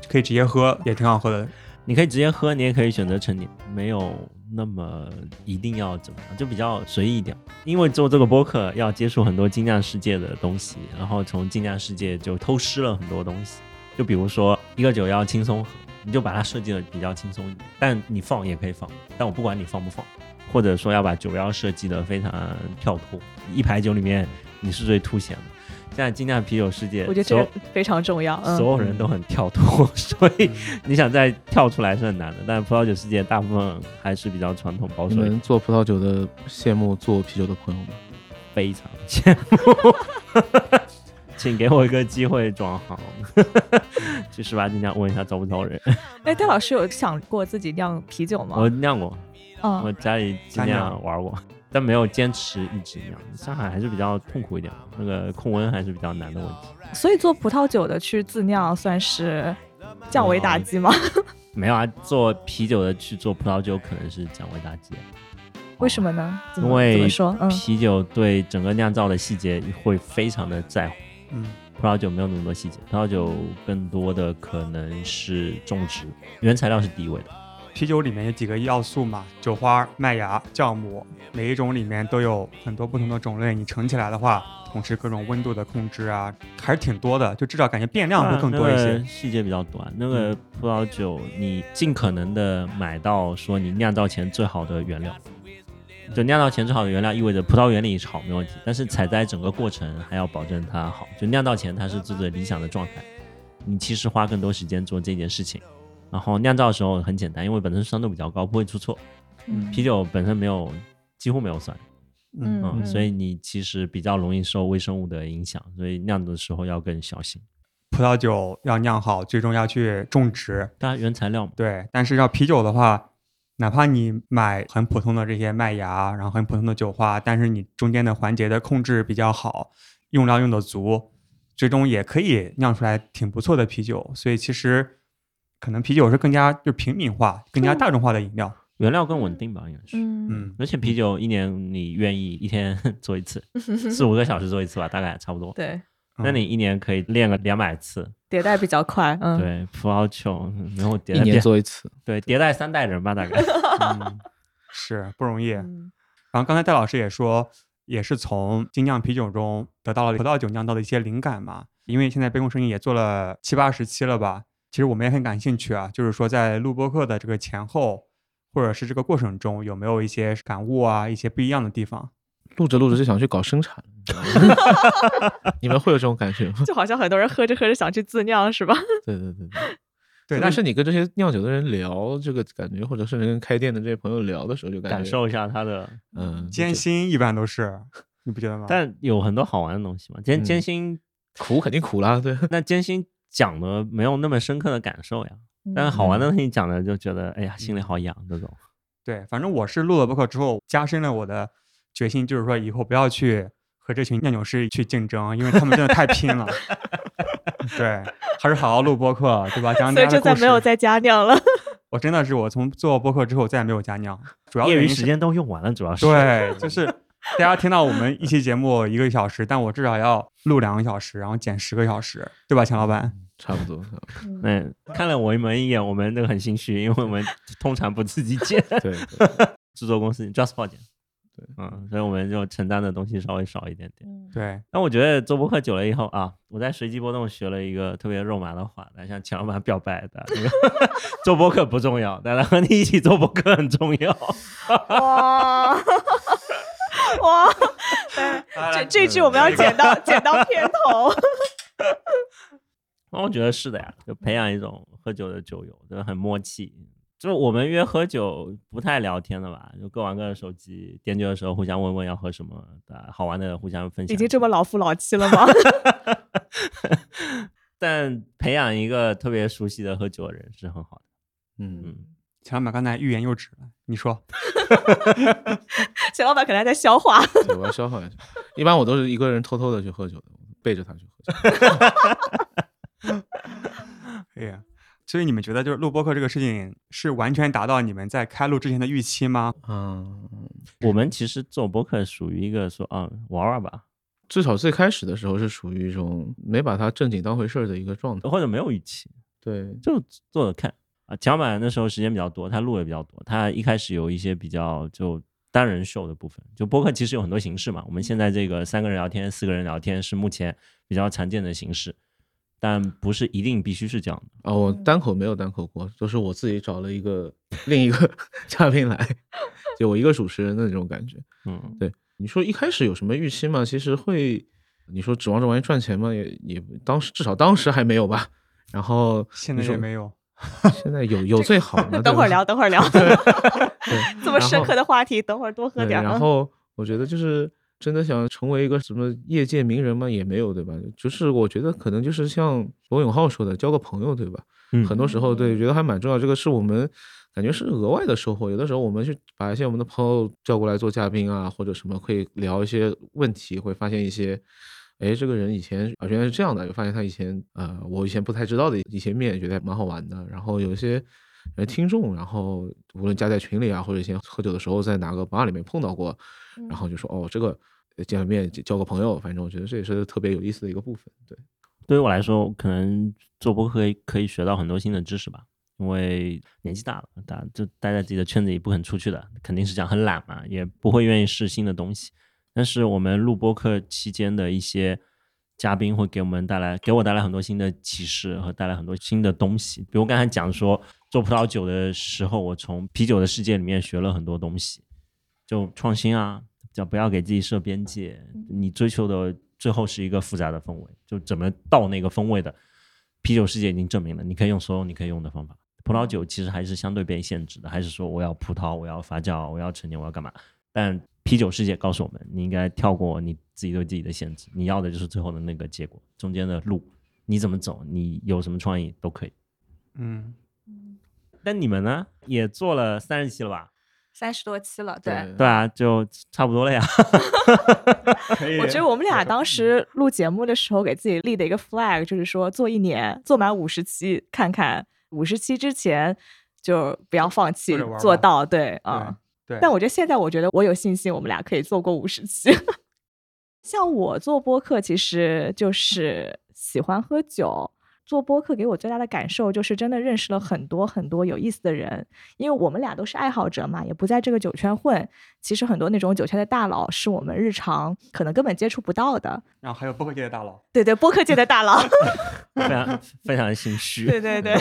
Speaker 2: 可以直接喝，也挺好喝的。
Speaker 5: 你可以直接喝，你也可以选择成年，没有那么呃一定要怎么样，就比较随意一点。因为做这个播客要接触很多竞价世界的东西，然后从竞价世界就偷师了很多东西。就比如说一个酒要轻松喝，你就把它设计的比较轻松一点，但你放也可以放，但我不管你放不放，或者说要把酒标设计的非常跳脱，一排酒里面你是最凸显的。现在精酿啤酒世界，
Speaker 4: 我觉得这
Speaker 5: 所有
Speaker 4: 个非常重要。嗯
Speaker 5: 所有人都很跳脱， [LAUGHS] 所以你想再跳出来是很难的。但葡萄酒世界大部分还是比较传统保
Speaker 3: 你
Speaker 5: 守一点，
Speaker 3: 们做葡萄酒的羡慕做啤酒的朋友吗？
Speaker 5: 非常羡慕。 [LAUGHS] 请给我一个机会转行， [LAUGHS] 去十八斤家问一下招不招人。
Speaker 4: 哎，戴老师有想过自己酿啤酒吗？
Speaker 5: 我酿过，我
Speaker 4: 嗯，
Speaker 5: 家里尽量玩过，但没有坚持一直酿。上海还是比较痛苦一点，那个控温还是比较难的问题。
Speaker 4: 所以做葡萄酒的去自酿算是降维打击吗？ [LAUGHS]
Speaker 5: 没有啊，做啤酒的去做葡萄酒可能是降维打击。
Speaker 4: 为什么呢？怎么
Speaker 5: 因为
Speaker 4: 怎么说？嗯
Speaker 5: 啤酒对整个酿造的细节会非常的在乎，
Speaker 2: 嗯，
Speaker 5: 葡萄酒没有那么多细节，葡萄酒更多的可能是种植，原材料是第一位的。
Speaker 2: 啤酒里面有几个要素嘛，酒花、麦芽、酵母，每一种里面都有很多不同的种类。你盛起来的话，同时各种温度的控制啊，还是挺多的，就至少感觉变量会更多一
Speaker 5: 嗯那
Speaker 2: 些嗯
Speaker 5: 个。细节比较短。那个葡萄酒，你尽可能的买到说你酿造前最好的原料，就酿造前最好的原料意味着葡萄园里是好没问题，但是采摘整个过程还要保证它好。就酿造前它是最最理想的状态，你其实花更多时间做这件事情。然后酿造的时候很简单，因为本身酸度比较高，不会出错。
Speaker 4: 嗯
Speaker 5: 啤酒本身没有几乎没有酸，
Speaker 2: 嗯
Speaker 5: 嗯，所以你其实比较容易受微生物的影响，所以酿的时候要更小心。
Speaker 2: 葡萄酒要酿好，最终要去种植。
Speaker 5: 当然原材料嘛，
Speaker 2: 对，但是要啤酒的话，哪怕你买很普通的这些麦芽，然后很普通的酒花，但是你中间的环节的控制比较好，用料用的足，最终也可以酿出来挺不错的啤酒。所以其实可能啤酒是更加就平民化、更加大众化的饮料。
Speaker 5: 原料更稳定吧，应该是。
Speaker 4: 嗯
Speaker 2: 嗯，
Speaker 5: 而且啤酒一年你愿意一天 [LAUGHS] 做一次，
Speaker 4: [LAUGHS]
Speaker 5: 四五个小时做一次吧，大概差不多。
Speaker 4: 嗯对，
Speaker 5: 嗯那
Speaker 2: 嗯
Speaker 5: 你一年可以练个两百次，
Speaker 4: 迭代比较快，嗯，
Speaker 5: 对，葡萄酒嗯然后迭
Speaker 3: 一
Speaker 5: 代
Speaker 3: 年
Speaker 5: 变
Speaker 3: 做一次，
Speaker 5: 对迭代三代人
Speaker 4: [LAUGHS]
Speaker 5: 吧，大概。
Speaker 2: 嗯是不容易。
Speaker 4: 嗯 [LAUGHS]
Speaker 2: 然后刚才戴老师也说，也是从精酿啤酒中得到了葡萄酒酿造的一些灵感嘛。因为现在杯弓蛇影也做了七八十期了吧，其实我们也很感兴趣啊，就是说在录播课的这个前后，或者是这个过程中，有没有一些感悟啊，一些不一样的地方？
Speaker 3: 录着录着就想去搞生产了， [LAUGHS] 你们会有这种感觉吗？ [LAUGHS]
Speaker 4: 就好像很多人喝着喝着想去自酿是吧？
Speaker 3: 对对对对。
Speaker 2: 对，
Speaker 3: 特
Speaker 2: 但
Speaker 3: 别
Speaker 2: 是
Speaker 3: 是你跟这些酿酒的人聊这个感觉，或者甚至跟开店的这些朋友聊的时候，就感觉
Speaker 5: 感受一下它的，
Speaker 3: 嗯
Speaker 2: 艰，辛一般都是，你不觉得吗？
Speaker 5: 但有很多好玩的东西嘛。艰
Speaker 3: 嗯
Speaker 5: 艰辛，
Speaker 3: 就苦肯定苦啦，对， [LAUGHS]
Speaker 5: 那艰辛讲的没有那么深刻的感受
Speaker 4: 嗯
Speaker 5: 呀，但是好玩的东西讲的就觉得，哎呀，心里好痒这种。
Speaker 2: 对，反正我是录了播客之后，加深了我的决心，就是说以后不要去和这群酿酒师去竞争，因为他们真的太拼了。 [LAUGHS] 对，还是好好录播客，对吧？讲
Speaker 4: 所
Speaker 2: 大
Speaker 4: 以
Speaker 2: 家的
Speaker 4: 就再
Speaker 2: 故事。
Speaker 4: 没有再加酿了。
Speaker 2: 我真的是我从做播客之后再也没有加酿，主要
Speaker 5: 业
Speaker 2: 原
Speaker 5: 余
Speaker 2: 因
Speaker 5: 时
Speaker 2: 是
Speaker 5: 间都用完了，主要是。
Speaker 2: 对，就是大家听到我们一期节目一个小时，但我至少要录两个小时，然后剪十个小时，对吧，钱老板？
Speaker 3: 差不多，
Speaker 5: 嗯，看了我们一眼，我们那个很心虚，因为我们通常不自己 [LAUGHS] 剪，
Speaker 3: 对，对
Speaker 5: 制作公司 JustPod 剪。
Speaker 3: 对，
Speaker 5: 嗯，所以我们就承担的东西稍微少一点点。
Speaker 4: 嗯
Speaker 2: 对，
Speaker 5: 但我觉得做博客久了以后啊，我在随机波动学了一个特别肉麻的话，来向钱老板表白的。那个 [LAUGHS] 做博客不重要，但是和你一起做博客很重
Speaker 4: [LAUGHS]
Speaker 5: 要。[LAUGHS]
Speaker 4: 哇哇，对，这这句我们要剪到剪到片头。 [LAUGHS]
Speaker 5: 那我觉得是的呀，就培养一种喝酒的酒友，就是很默契。就是我们约喝酒不太聊天的吧，就各玩各的手机，点酒的时候互相问问要喝什么的，好玩的互相分享。
Speaker 4: 已经这么老夫老妻了吗？ [LAUGHS]
Speaker 5: 但培养一个特别熟悉的喝酒的人是很好的。
Speaker 3: 嗯，
Speaker 5: 嗯，
Speaker 2: 钱老板刚才欲言又止了，你说？
Speaker 4: 钱老板可能还在消化。
Speaker 3: 对，我要消化一下。一般我都是一个人偷偷的去喝酒的，背着他去喝酒。
Speaker 2: 哎呀，所以你们觉得就是录播客这个事情是完全达到你们在开录之前的预期吗？
Speaker 3: 嗯，
Speaker 5: 我们其实做播客属于一个说啊玩玩吧，
Speaker 3: 至少最开始的时候是属于一种没把它正经当回事儿的一个状态。
Speaker 5: 或者没有预期，
Speaker 3: 对，
Speaker 5: 就做着看啊。强板那时候时间比较多，他录的比较多，他一开始有一些比较就单人秀的部分，就播客其实有很多形式嘛。我们现在这个三个人聊天、四个人聊天是目前比较常见的形式，但不是一定必须是这样的。
Speaker 3: 啊、我单口没有单口过，都是我自己找了一个另一个 [LAUGHS] 嘉宾来，就我一个主持人的那种感觉。
Speaker 5: 嗯，
Speaker 3: 对，你说一开始有什么预期吗？其实会，你说指望这玩意赚钱吗？也也当时至少当时还没有吧。然
Speaker 4: [LAUGHS]
Speaker 3: 后
Speaker 2: 现在
Speaker 3: 你说
Speaker 2: 也没有。
Speaker 3: 现在有有最好呢，
Speaker 4: 等会儿聊，等会儿聊。
Speaker 3: 啊 [LAUGHS]
Speaker 4: [LAUGHS]
Speaker 3: 对吧，
Speaker 4: 这么深刻
Speaker 3: 的
Speaker 4: 的话题，等会儿多喝点儿。啊嗯
Speaker 3: 然后我觉得就是真的想成为一个什么业界名人吗？也没有，对吧？就是我觉得可能就是像罗永浩说的，交个朋友，对吧？
Speaker 5: 嗯
Speaker 3: 很多时候对，觉得还蛮重要。这个是我们感觉是额外的收获。有的时候我们去把一些我们的朋友叫过来做嘉宾啊，或者什么，会聊一些问题，会发现一些，哎，这个人以前啊原来是这样的，就发现他以前呃我以前不太知道的一些面，觉得还蛮好玩的。然后有一些。呃，听众，然后无论加在群里啊，或者以前喝酒的时候在哪个吧里面碰到过，
Speaker 5: 嗯
Speaker 3: 然后就说哦，这个呃见了面交个朋友，反正我觉得这也是特别有意思的一个部分。对，
Speaker 5: 对于我来说，可能做播客可以可以学到很多新的知识吧。因为年纪大了，大就待在自己的圈子里不肯出去的，肯定是这样，很懒嘛，也不会愿意试新的东西。但是我们录播客期间的一些嘉宾会给我们带来，给我带来很多新的启示和带来很多新的东西。比如刚才讲说做葡萄酒的时候，我从啤酒的世界里面学了很多东西。就创新啊，叫不要给自己设边界，你追求的最后是一个复杂的风味，就怎么到那个风味的。啤酒世界已经证明了，你可以用所有你可以用的方法。葡萄酒其实还是相对被限制的，还是说我要葡萄，我要发酵，我要陈年，我要干嘛？但啤酒世界告诉我们，你应该跳过你自己对自己的限制，你要的就是最后的那个结果，中间的路你怎么走，你有什么创意都可以。
Speaker 2: 嗯，
Speaker 5: 但你们呢，也做了三十期了吧？
Speaker 4: 三十多期了，
Speaker 5: 对啊，就差不多了呀。 [LAUGHS]
Speaker 2: 可以。
Speaker 4: [LAUGHS] 我觉得我们俩
Speaker 3: 嗯
Speaker 4: 当时录节目的时候，给自己立的一个 flag 就是说，做一年，做满五十期，看看五十期之前就不要放弃
Speaker 2: 或者玩，玩
Speaker 4: 做到对啊。
Speaker 2: 对，对
Speaker 4: 但我觉得现在，我觉得我有信心，我们俩可以做过五十期。 [LAUGHS] 像我做播客，其实就是喜欢喝酒。做播客给我最大的感受就是，真的认识了很多很多有意思的人。因为我们俩都是爱好者嘛，也不在这个酒圈混。其实很多那种酒圈的大佬，是我们日常可能根本接触不到的。
Speaker 2: 然后还有播客界的大佬，
Speaker 4: 对对，播客界的大佬，
Speaker 5: 非常非常心虚。
Speaker 4: 对对 [LAUGHS] 对，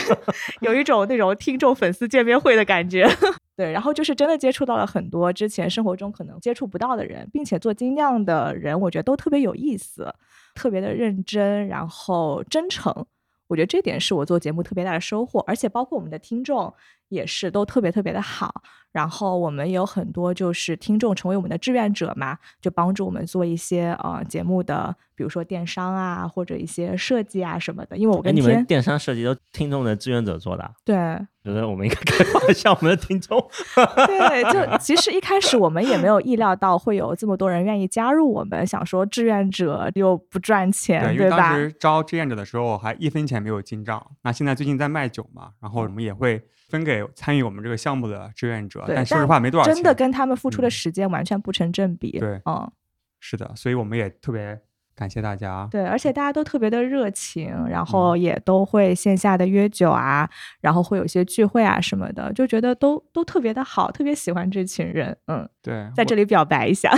Speaker 4: 有一种那种听众粉丝见面会的感觉。 [LAUGHS] 对，然后就是真的接触到了很多之前生活中可能接触不到的人，并且做精酿的人，我觉得都特别有意思，特别的认真，然后真诚。我觉得这点是我做节目特别大的收获，而且包括我们的听众也是都特别特别的好。然后我们也有很多就是听众成为我们的志愿者嘛，就帮助我们做一些呃节目的，比如说电商啊，或者一些设计啊什么的。因为我
Speaker 5: 哎，
Speaker 4: 跟
Speaker 5: 你
Speaker 4: 天
Speaker 5: 们电商设计都听众的志愿者做的、啊，
Speaker 4: 对
Speaker 5: 觉得我们应该开发一下我们的听众。
Speaker 4: 对，就其实一开始我们也没有意料到会有这么多人愿意加入我们，想说志愿者又不赚钱，
Speaker 2: 因为当
Speaker 4: 吧？
Speaker 2: 时招志愿者的时候还一分钱没有进账。那现在最近在卖酒嘛，然后我们也会分给参与我们这个项目的志愿者，
Speaker 4: 对
Speaker 2: 说实话没多少钱。
Speaker 4: 真的跟他们付出的
Speaker 2: 嗯
Speaker 4: 时间完全不成正比。
Speaker 2: 对
Speaker 4: 嗯，
Speaker 2: 是的，所以我们也特别感谢大家。
Speaker 4: 对，而且大家都特别的热情，然
Speaker 2: 嗯
Speaker 4: 后也都会线下的约酒啊，然后会有一些聚会啊什么的，就觉得都都特别的好，特别喜欢这群人。嗯，
Speaker 2: 对，
Speaker 4: 在这里表白一下，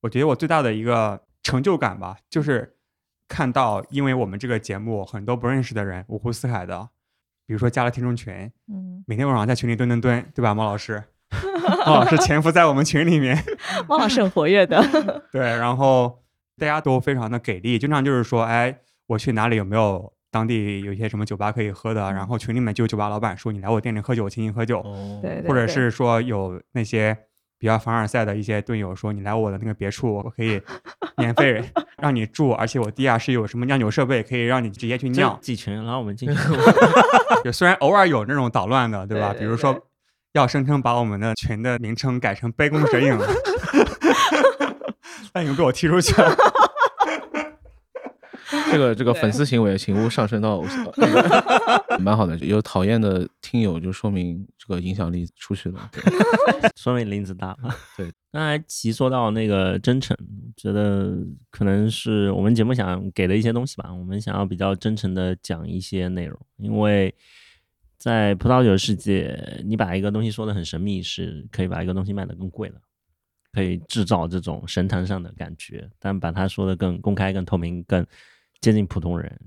Speaker 2: 我觉得我最大的一个成就感吧，就是看到因为我们这个节目，很多不认识的人五湖四海的，比如说加了听众群，
Speaker 4: [LAUGHS] 嗯，
Speaker 2: 每天晚上在群里蹲蹲蹲，对吧，猫老师？猫老师潜伏在我们群里面， [LAUGHS]
Speaker 4: 汪老师很活跃的，
Speaker 2: 对，然后大家都非常的给力，经常就是说，哎，我去哪里有没有当地有一些什么酒吧可以喝的，然后群里面就有酒吧老板说你来我店里喝酒，请你喝酒，
Speaker 3: 哦
Speaker 4: 对对对，
Speaker 2: 或者是说有那些比较凡尔赛的一些队友说，你来我的那个别墅，我可
Speaker 4: [LAUGHS]
Speaker 2: 以免费让你住，而且我地下室有什么酿酒设备，可以让你直接去
Speaker 5: 就
Speaker 4: [LAUGHS]
Speaker 2: 酿。
Speaker 5: 几群，然后我们进去。
Speaker 2: 就虽然偶尔有那种捣乱的，对吧？
Speaker 4: 对
Speaker 2: 比
Speaker 4: 对
Speaker 2: 如
Speaker 4: 对
Speaker 2: 说要声称把我们的群的名称改成杯弓蛇
Speaker 4: [LAUGHS]
Speaker 2: 影了，那已经被我踢出去了。
Speaker 4: [LAUGHS]
Speaker 3: 这个这个
Speaker 4: 对
Speaker 3: 粉丝行为，请勿上升到
Speaker 4: [LAUGHS]
Speaker 3: 偶像，蛮好的。有讨厌的听友，就说明这个影响力出去了。对
Speaker 5: 说明林子大嘛。
Speaker 3: 对，
Speaker 5: 刚才其说到那个真诚，觉得可能是我们节目想给的一些东西吧。我们想要比较真诚的讲一些内容，因为在葡萄酒世界，你把一个东西说的很神秘，是可以把一个东西卖得更贵了。可以制造这种神坛上的感觉，但把它说的更公开、更透明、更接近普通人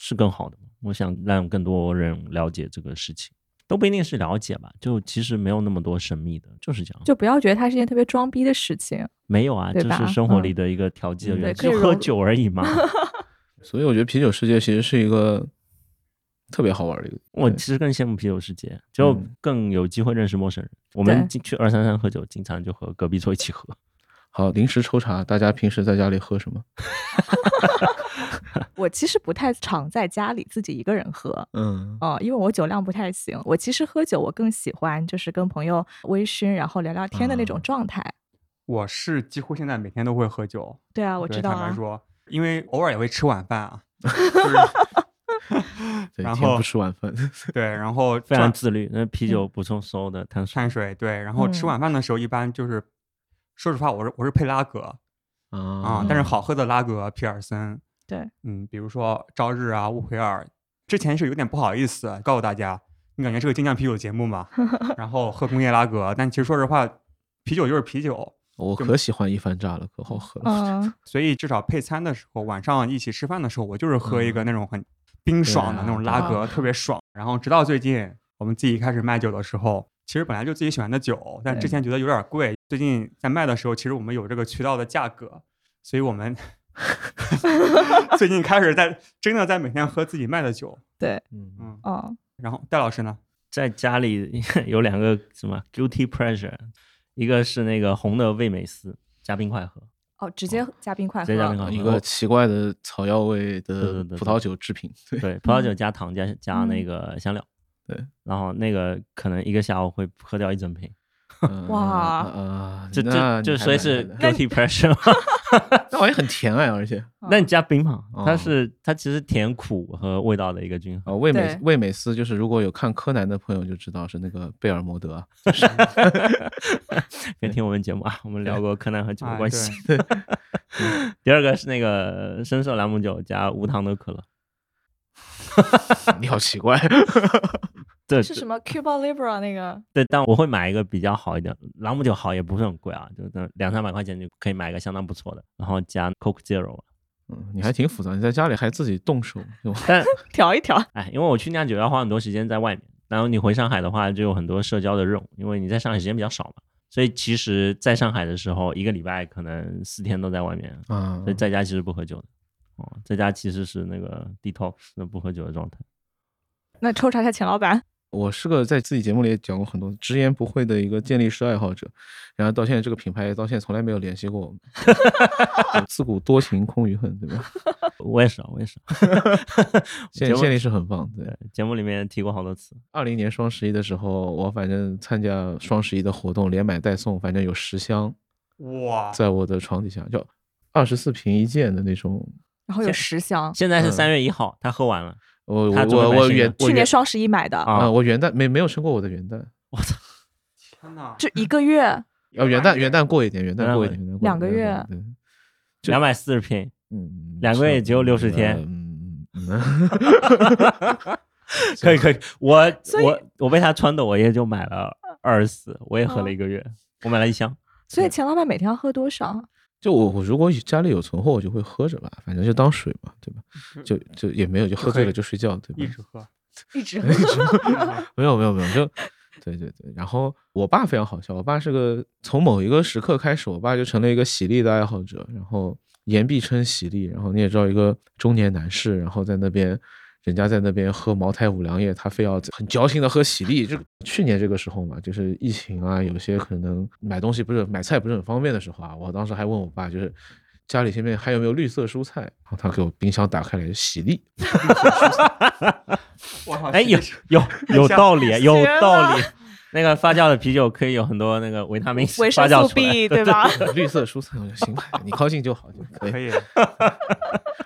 Speaker 5: 是更好的。我想让更多人了解这个事情，都不一定是了解吧，就其实没有那么多神秘的，就是这样。
Speaker 4: 就不要觉得它是一件特别装逼的事情。
Speaker 5: 没有啊，
Speaker 4: 对
Speaker 5: 这
Speaker 4: 吧
Speaker 5: 是生活里的一个调剂的
Speaker 3: 嗯
Speaker 5: 元素，
Speaker 4: 对可以
Speaker 5: 就喝
Speaker 4: 融
Speaker 5: 酒而已
Speaker 3: [LAUGHS]
Speaker 5: 嘛。
Speaker 3: 所以我觉得啤酒世界其实是一个特别好玩的一个。
Speaker 5: 我
Speaker 3: 对嗯
Speaker 5: 其实更羡慕啤酒世界，就更有机会认识陌生人。我们
Speaker 4: 对
Speaker 5: 进去二三三喝酒，经常就和隔壁桌
Speaker 3: [LAUGHS]
Speaker 5: 一起喝。
Speaker 3: 好，临时抽查，大家平时在家里喝什么？
Speaker 4: 我其实不太常在家里自己一个人喝，
Speaker 3: 嗯，
Speaker 4: 哦，因为我酒量不太行。我其实喝酒，我更喜欢就是跟朋友微醺，然后聊聊天的那
Speaker 5: 嗯
Speaker 4: 种状态。
Speaker 2: 我是几乎现在每天都会喝酒，
Speaker 4: 对啊，我
Speaker 2: 对
Speaker 4: 知道
Speaker 2: 坦白
Speaker 4: 啊。
Speaker 2: 说，因为偶尔也会吃晚饭啊。就是
Speaker 3: 对，
Speaker 2: 然
Speaker 3: 今天
Speaker 2: 后
Speaker 3: 不吃晚
Speaker 5: [LAUGHS]
Speaker 3: 饭，
Speaker 2: 对，然后
Speaker 5: 非常
Speaker 2: 赚
Speaker 5: 自律，那啤
Speaker 3: 嗯
Speaker 5: 酒补充所有的碳水。
Speaker 2: 碳水对，然后吃
Speaker 4: 嗯
Speaker 2: 晚饭的时候一般就是，说实话，我是我是配拉格啊、
Speaker 3: 啊
Speaker 2: 但是好喝的拉格、皮尔森，
Speaker 4: 嗯对，
Speaker 2: 嗯，比如说朝日啊、乌奎尔，之前是有点不好意思告诉大家，你感觉是个精酿啤酒节目
Speaker 4: [LAUGHS]
Speaker 2: 嘛，然后喝工业拉格，但其实说实话，啤酒就是啤酒，
Speaker 3: 我可喜欢一番炸了，可好喝了。
Speaker 4: 嗯，
Speaker 2: 所以至少配餐的时候，晚上一起吃饭的时候，我就是喝一个那种很冰爽的那种
Speaker 3: 嗯对
Speaker 2: 拉
Speaker 3: 啊
Speaker 2: 格，特别爽。然后直到最近我们自己开始卖酒的时候，其实本来就自己喜欢的酒，但之
Speaker 4: 对
Speaker 2: 前觉得有点贵，最近在卖的时候，其实我们有这个渠道的价格，所以我
Speaker 3: [LAUGHS]
Speaker 2: 们最近开始在真的在每天喝自己卖的酒。
Speaker 5: 嗯，
Speaker 2: 嗯，
Speaker 4: 嗯，
Speaker 2: 然后戴老师呢？
Speaker 5: 在家里 [LAUGHS] 有两个什么 guilty pleasure，一个是那个红的味美思加冰块喝，
Speaker 4: 哦，直接加冰块
Speaker 5: 直接加冰
Speaker 4: 喝，
Speaker 3: 啊
Speaker 5: 块喝，
Speaker 3: 一个奇怪的草药味
Speaker 5: 对
Speaker 3: 的
Speaker 5: 对对
Speaker 3: 葡萄酒制品，对，
Speaker 5: 对葡萄酒加糖加加那
Speaker 4: 嗯
Speaker 5: 个香料，
Speaker 3: 嗯对，
Speaker 5: 然后那个可能一个下午会喝掉一整瓶，
Speaker 3: 嗯
Speaker 4: 哇
Speaker 3: 呃，
Speaker 5: 这
Speaker 3: 那
Speaker 5: 这
Speaker 3: 你还
Speaker 5: 这所以
Speaker 3: 蛮
Speaker 5: 是
Speaker 3: [LAUGHS] 难的
Speaker 5: guilty pleasure 嘛。
Speaker 3: 那玩意很甜哎，而且
Speaker 4: 嗯
Speaker 5: 那你加冰嘛，它
Speaker 3: 哦
Speaker 5: 是它其实甜苦和味道的一个均
Speaker 3: [LAUGHS]
Speaker 5: 衡。
Speaker 3: 啊，味美
Speaker 4: 对
Speaker 3: 味美思就是如果有看柯南的朋友就知道是那个贝尔摩德啊，
Speaker 5: 别听我们节目啊，我们聊过柯南和酒的
Speaker 2: 哎
Speaker 5: 关系。第二个是那个深色朗姆酒加无糖的可乐，
Speaker 3: [LAUGHS] 你好奇怪，
Speaker 5: 对
Speaker 4: 是什么 Cuba Libre 那个？
Speaker 5: 对，但我会买一个比较好一点，朗姆酒好也不是很贵啊，就那两三百块钱就可以买一个相当不错的，然后加 Coke Zero 啊。
Speaker 3: 嗯，你还挺复杂，你在家里还自己动手， [LAUGHS] 就
Speaker 5: 但
Speaker 4: [LAUGHS]
Speaker 5: [LAUGHS]
Speaker 4: 调一调，
Speaker 5: 哎，因为我去酿酒要花很多时间在外面，然后你回上海的话就有很多社交的任务，因为你在上海时间比较少嘛，所以其实在上海的时候，一个礼拜可能四天都在外面，
Speaker 3: 啊
Speaker 5: 所
Speaker 4: 嗯
Speaker 5: 以，在家其实不喝酒的。哦，在家其实是那个 detox 的不喝酒的状态。
Speaker 4: 那抽查一下钱老
Speaker 5: [LAUGHS]
Speaker 4: 板，
Speaker 3: 我是个在自己节目里也讲过很多直言不讳的一个健力士爱好者，然后到现在这个品牌到现在从来没有联系过我 [LAUGHS] 们，自古多情空余恨，对吧？
Speaker 5: 我也是啊，我也是
Speaker 4: [LAUGHS]
Speaker 5: 啊。
Speaker 3: 健
Speaker 5: 节目
Speaker 3: 健力士很棒，对。
Speaker 5: 对节目里面提过好多次，
Speaker 3: 二零年双十一的时候，我反正参加双十一的活动，连买带送，反正有十箱
Speaker 2: 哇，
Speaker 3: 在我的床底下，就二十四瓶一件的那种。
Speaker 4: 然后有十箱，
Speaker 5: 现在是
Speaker 3: 嗯
Speaker 5: 三月一号，他喝完了。
Speaker 3: 我
Speaker 5: 他
Speaker 3: 我
Speaker 5: 准备
Speaker 3: 我
Speaker 5: 买
Speaker 3: 我
Speaker 5: 新的
Speaker 3: 元我
Speaker 4: 去年
Speaker 3: 元
Speaker 4: 双十一买的，
Speaker 5: 啊
Speaker 3: 啊，我元旦没没有吃过我的元旦，
Speaker 2: 天哪！
Speaker 4: 就一个月，
Speaker 3: 啊，元旦元旦过一点，元
Speaker 5: 元旦
Speaker 3: 旦过
Speaker 5: 过
Speaker 3: 一
Speaker 5: 一
Speaker 3: 点，元旦过一点
Speaker 4: 两个
Speaker 3: 元
Speaker 4: 月
Speaker 3: 旦过一点对，
Speaker 5: 两百四十瓶，
Speaker 3: 嗯，
Speaker 5: 两个月也只有60天
Speaker 3: 嗯嗯嗯，
Speaker 5: 可以可以，我
Speaker 4: 所以
Speaker 5: 我我被他撺掇，我也就买了二十四，我也喝
Speaker 4: 哦
Speaker 5: 了一个月，我买了一箱。
Speaker 4: 所以钱老板每天要喝多少？啊
Speaker 3: 就我我如果家里有存货，我就会喝着吧，反正就当水嘛，对
Speaker 4: 嗯
Speaker 3: 吧？就就也没有，就喝
Speaker 2: 可以
Speaker 3: 醉了就睡觉，对吧？
Speaker 2: 一直喝， [LAUGHS]
Speaker 4: 一
Speaker 5: [LAUGHS]
Speaker 4: 直
Speaker 3: 没有没有没有，就对对对。然后我爸非常好笑，我爸是个从某一个时刻开始，我爸就成了一个喜力的爱好者，然后言必称喜力。然后你也知道，一个中年男士，然后在那边。人家在那边喝茅台、五粮液，他非要很矫情的喝喜力。就去年这个时候嘛，就是疫情啊，有些可能买东西不是买菜不是很方便的时候啊，我当时还问我爸，就是家里前面还有没有绿色蔬菜，然后他给我冰箱打开来喜力，
Speaker 2: 我操！
Speaker 5: 哎，
Speaker 2: 这
Speaker 5: 有
Speaker 2: 是
Speaker 4: [LAUGHS]
Speaker 5: 有有道理，有
Speaker 4: 绝
Speaker 5: 道
Speaker 4: 了
Speaker 5: 理。那个发酵的啤酒可以有很多那个维他命
Speaker 4: 维
Speaker 5: 发
Speaker 4: 生素
Speaker 5: 酵出来。 [LAUGHS]
Speaker 4: B 对吧？
Speaker 3: 绿色蔬菜，我就行吧，你高兴就好就可以
Speaker 2: 可。以，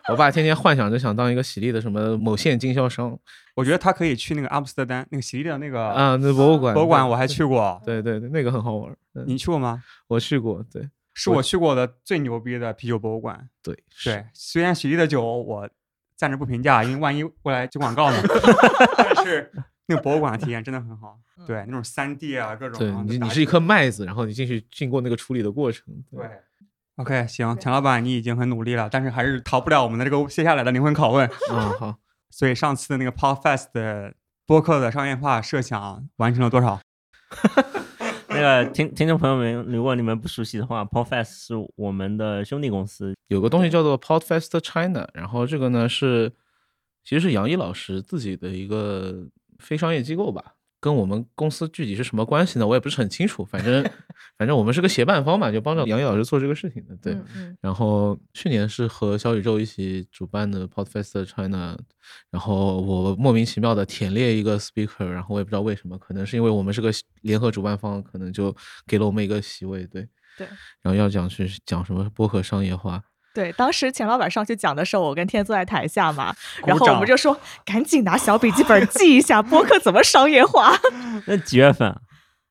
Speaker 3: 我爸天天幻想着想当一个喜力的什么某县经销商
Speaker 2: 我觉得他可以去那个阿姆斯特丹那个喜力的那个
Speaker 3: 啊，那博物馆，
Speaker 2: 博物馆，
Speaker 3: 对
Speaker 2: 我还去过。
Speaker 3: 对对对，那个很好玩。嗯
Speaker 2: 你去过吗？
Speaker 3: 我去过，对
Speaker 2: 是我去过的最牛逼的啤酒博物馆。
Speaker 3: 对是
Speaker 2: 对，虽然喜力的酒我暂时不评价，因为万一过来接广告
Speaker 3: [LAUGHS]
Speaker 2: 呢。但是那个博物馆的体验真的很好，对，那种三 D 啊，各种
Speaker 3: 对
Speaker 2: 啊，
Speaker 3: 你
Speaker 2: 就
Speaker 3: 你
Speaker 2: 打
Speaker 3: 是一
Speaker 2: 底
Speaker 3: 颗麦子，然后你进去经过那个处理的过程。
Speaker 2: 对。OK，行，钱老板，你已经很努力了，但是还是逃不了我们的这个接下来的灵魂拷
Speaker 3: [LAUGHS]
Speaker 2: 问。
Speaker 3: 啊，好，
Speaker 2: 所以上次的那个 Pod Fest 的播客的商业化设想完成了多少？
Speaker 5: 那个听听众朋友们，如果你们不熟悉的话 p o f e s 是我们的兄弟公司，
Speaker 3: 有个东西叫做 Podfest China，然后这个呢是其实是杨毅老师自己的一个非商业机构吧。跟我们公司具体是什么关系呢？我也不是很清楚，反正 [LAUGHS] 反正我们是个协办方嘛，就帮着杨毅老师做这个事情的。对，
Speaker 4: 嗯嗯
Speaker 3: 然后去年是和小宇宙一起主办的 Podfest China，然后我莫名其妙的舔列一个 speaker，然后我也不知道为什么，可能是因为我们是个联合主办方，可能就给了我们一个席位，对。
Speaker 4: 对
Speaker 3: 然后要讲去讲什么播客商业化，
Speaker 4: 对，当时钱老板上去讲的时候，我跟天坐在台下嘛，
Speaker 2: 鼓
Speaker 4: 然后我们
Speaker 2: 掌
Speaker 4: 就说赶紧拿小笔记本记一下播客怎么商业化。 [LAUGHS]
Speaker 5: 那几月份啊？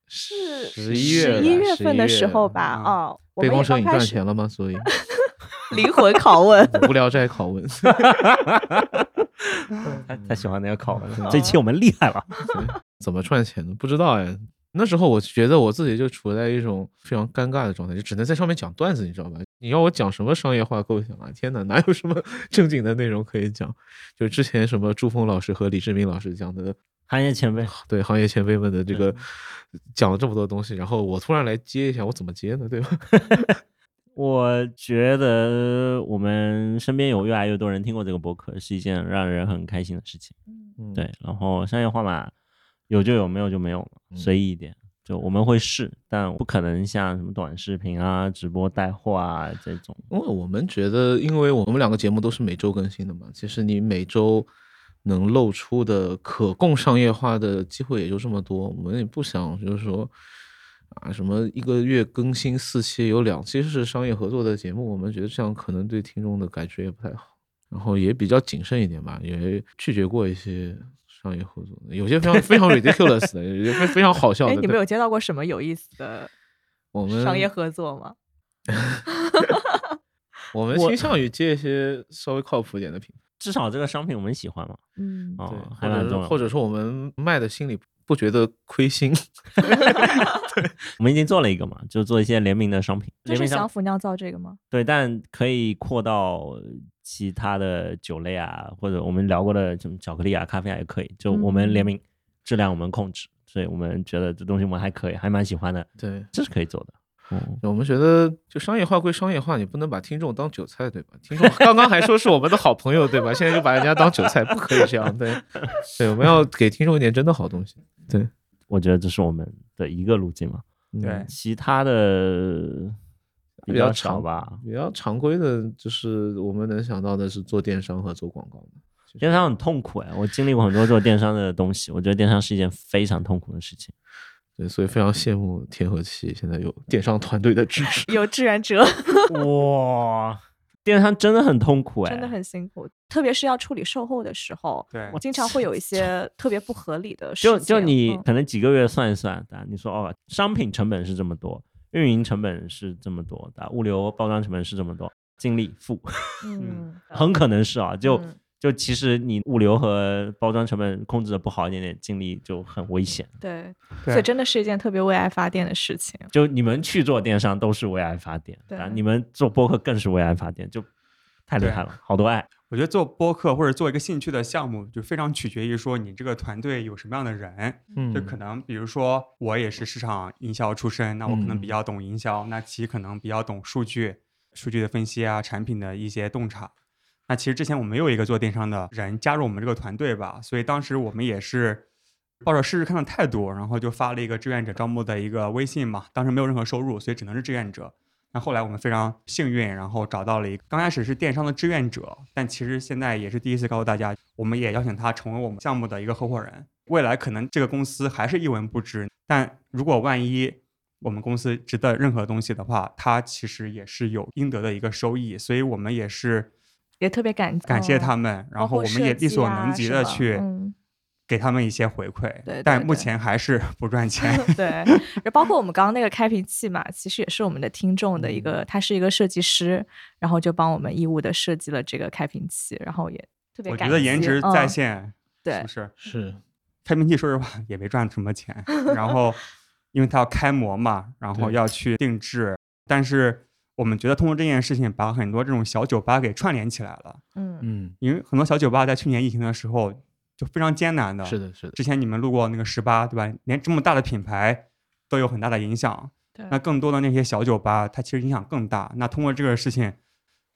Speaker 4: 是
Speaker 3: 十一月
Speaker 4: 一
Speaker 3: 吧
Speaker 4: 月份的时候吧，
Speaker 2: 11月
Speaker 4: 啊，我
Speaker 3: 被
Speaker 4: 们也
Speaker 3: 光摄
Speaker 4: 刚
Speaker 3: 影
Speaker 4: 开
Speaker 3: 赚
Speaker 4: 始
Speaker 3: 钱了吗？
Speaker 4: [LAUGHS]
Speaker 3: 所以
Speaker 4: 灵魂拷问。
Speaker 3: 无聊斋拷问，
Speaker 5: 他他喜欢那个烤的，这期我们厉害了。
Speaker 3: 怎么赚钱的不知道哎。那时候我觉得我自己就处在一种非常尴尬的状态，就只能在上面讲段子，你知道吧？你要我讲什么商业化构想啊？天哪，哪有 [LAUGHS] 什么正经的内容可以讲？就之前什么朱峰老师和李志明老师讲的
Speaker 5: 行业前辈，
Speaker 3: 对行业前辈们的这个讲了这么多东西，然后我突然来接一下，我怎么接呢？对吧？
Speaker 5: [LAUGHS]
Speaker 3: [LAUGHS]
Speaker 5: 我觉得我们身边有越来越多人听过这个博客，是一件让人很开心的事情。
Speaker 3: 嗯
Speaker 5: 对，，然后商业化嘛，有就有，没有就没有嘛，
Speaker 3: 嗯
Speaker 5: 随意一点。就我们会试，但不可能像什么短视频啊、直播带货啊这种。
Speaker 3: 因为我们觉得，因为我们两个节目都是每周更新的嘛，其实你每周能露出的可供商业化的机会也就这么多，我们也不想就是说啊什么一个月更新四期，有两期是商业合作的节目，我们觉得这样可能对听众的感觉也不太好，然后也比较谨慎一点吧，也拒绝过一些。商业合作的有些非常非常 ridiculous 的，有些非非常好笑的。
Speaker 4: 哎，你们有接到过什么有意思的
Speaker 3: 我们
Speaker 4: 商业合作吗？
Speaker 3: 我们
Speaker 5: 我
Speaker 3: 倾向于接一些稍微靠谱一点的品牌。
Speaker 5: 至少这个商品我们喜欢嘛，
Speaker 4: 嗯，
Speaker 5: 哦
Speaker 3: 对，，
Speaker 5: 还
Speaker 3: 或
Speaker 5: 蛮
Speaker 3: 者
Speaker 5: 重要的。
Speaker 3: 或者说我们卖的心里不觉得亏心， [LAUGHS]
Speaker 5: 我们已经做了一个嘛，就做一些联名的商品，
Speaker 4: 就
Speaker 5: 联
Speaker 4: 是
Speaker 5: 名商
Speaker 4: 相府酿造这个吗？
Speaker 5: 对，但可以扩到其他的酒类啊，或者我们聊过的什么巧克力啊、咖啡啊也可以。就我们
Speaker 4: 嗯
Speaker 5: 联名，质量我们控制，所以我们觉得这东西我们还可以，还蛮喜欢的，
Speaker 3: 对。
Speaker 5: 这是可以做的。嗯，
Speaker 3: 我们觉得就商业化归商业化，你不能把听众当韭菜，对吧？听众刚刚还说是我们的好朋友，对吧？现在又把人家当韭菜，不可以这样，对，对，我们要给听众一点真的好东西。
Speaker 5: 我觉得这是我们的一个路径嘛，
Speaker 3: 嗯
Speaker 2: 对
Speaker 5: 其他的比
Speaker 3: 比较
Speaker 5: 较少
Speaker 3: 长
Speaker 5: 吧。
Speaker 3: 比较常规的，就是我们能想到的是做电商和做广告嘛
Speaker 5: 电商很痛苦哎，我经历过很多做电商的东西，我觉得电商是一件非常痛苦的事情。
Speaker 3: 对，所以非常羡慕天和气现在有电商团队的支
Speaker 2: [LAUGHS]
Speaker 3: 持。
Speaker 4: 有志愿者，
Speaker 5: 哇，电商真的很痛苦哎，
Speaker 4: [LAUGHS] 真的很辛苦，特别是要处理售后的时候，
Speaker 2: 对
Speaker 4: 我经常会有一些特别不合理的事情。
Speaker 5: 就就你
Speaker 4: 嗯
Speaker 5: 可能几个月算一算，对吧你说哦，商品成本是这么多，运营成本是这么多，对吧物流包装成本是这么多，净利负，
Speaker 4: 嗯，
Speaker 5: 很可能是啊，就、
Speaker 4: 嗯
Speaker 5: 就其实你物流和包装成本控制的不好一点点，净利就很危险。
Speaker 4: 对，
Speaker 2: 对
Speaker 4: 所以真的是一件特别为爱发电的事情。
Speaker 5: 就你们去做电商都是为爱发电，
Speaker 4: 对
Speaker 5: 吧你们做播客更是为爱发电，就太厉害了，好多爱。
Speaker 2: 我觉得做播客或者做一个兴趣的项目，就非常取决于说你这个团队有什么样的人。
Speaker 3: 嗯
Speaker 2: 就可能比如说我也是市场营销出身，那我可能比较懂营销，那其可能比较懂数据、数据的分析啊，产品的一些洞察。那其实之前我们有一个做电商的人加入我们这个团队吧，所以当时我们也是抱着试试看的态度，然后就发了一个志愿者招募的一个微信嘛。当时没有任何收入，所以只能是志愿者。那后来我们非常幸运，然后找到了一个刚开始是电商的志愿者，但其实现在也是第一次告诉大家，我们也邀请他成为我们项目的一个合伙人。未来可能这个公司还是一文不值，但如果万一我们公司值得任何东西的话，他其实也是有应得的一个收益，所以我们也是
Speaker 4: 也特别感
Speaker 2: 感谢
Speaker 4: 嗯
Speaker 2: 他们，
Speaker 4: 包
Speaker 2: 然后
Speaker 4: 括
Speaker 2: 我们也
Speaker 4: 设
Speaker 2: 力所
Speaker 4: 计啊
Speaker 2: 能及
Speaker 4: 是
Speaker 2: 的
Speaker 4: 吧
Speaker 2: 去
Speaker 4: 嗯
Speaker 2: 给他们一些回馈，
Speaker 4: 对
Speaker 2: 但
Speaker 4: 对
Speaker 2: 目
Speaker 4: 对
Speaker 2: 前还
Speaker 4: [LAUGHS]
Speaker 2: 是不赚钱。
Speaker 4: 对，包括我们刚刚那个开瓶器嘛，其实也是我们的听众
Speaker 2: 嗯
Speaker 4: 的一个，他是一个设计师，然后就帮我们义务的设计了这个开瓶器，然后也特别
Speaker 2: 我
Speaker 4: 感
Speaker 2: 觉得颜
Speaker 4: 激
Speaker 2: 值在
Speaker 4: 嗯
Speaker 2: 线，是
Speaker 4: 对
Speaker 2: 不，是？
Speaker 3: 是
Speaker 2: 开瓶器说实话也没赚什么
Speaker 4: [LAUGHS]
Speaker 2: 钱，然后因为它要开模嘛，然后
Speaker 3: 对
Speaker 2: 要去定制，但是我们觉得通过这件事情，把很多这种小酒吧给串联起来了，
Speaker 4: 嗯，
Speaker 3: 嗯，
Speaker 2: 因为很多小酒吧在去年疫情的时候就非常艰难的，
Speaker 3: 是的，是的，
Speaker 2: 啊之前你们路过那个十八，对吧？连这么大的品牌都有很大的影响，
Speaker 4: 对
Speaker 2: 那更多的那些小酒吧，它其实影响更大。那通过这个事情，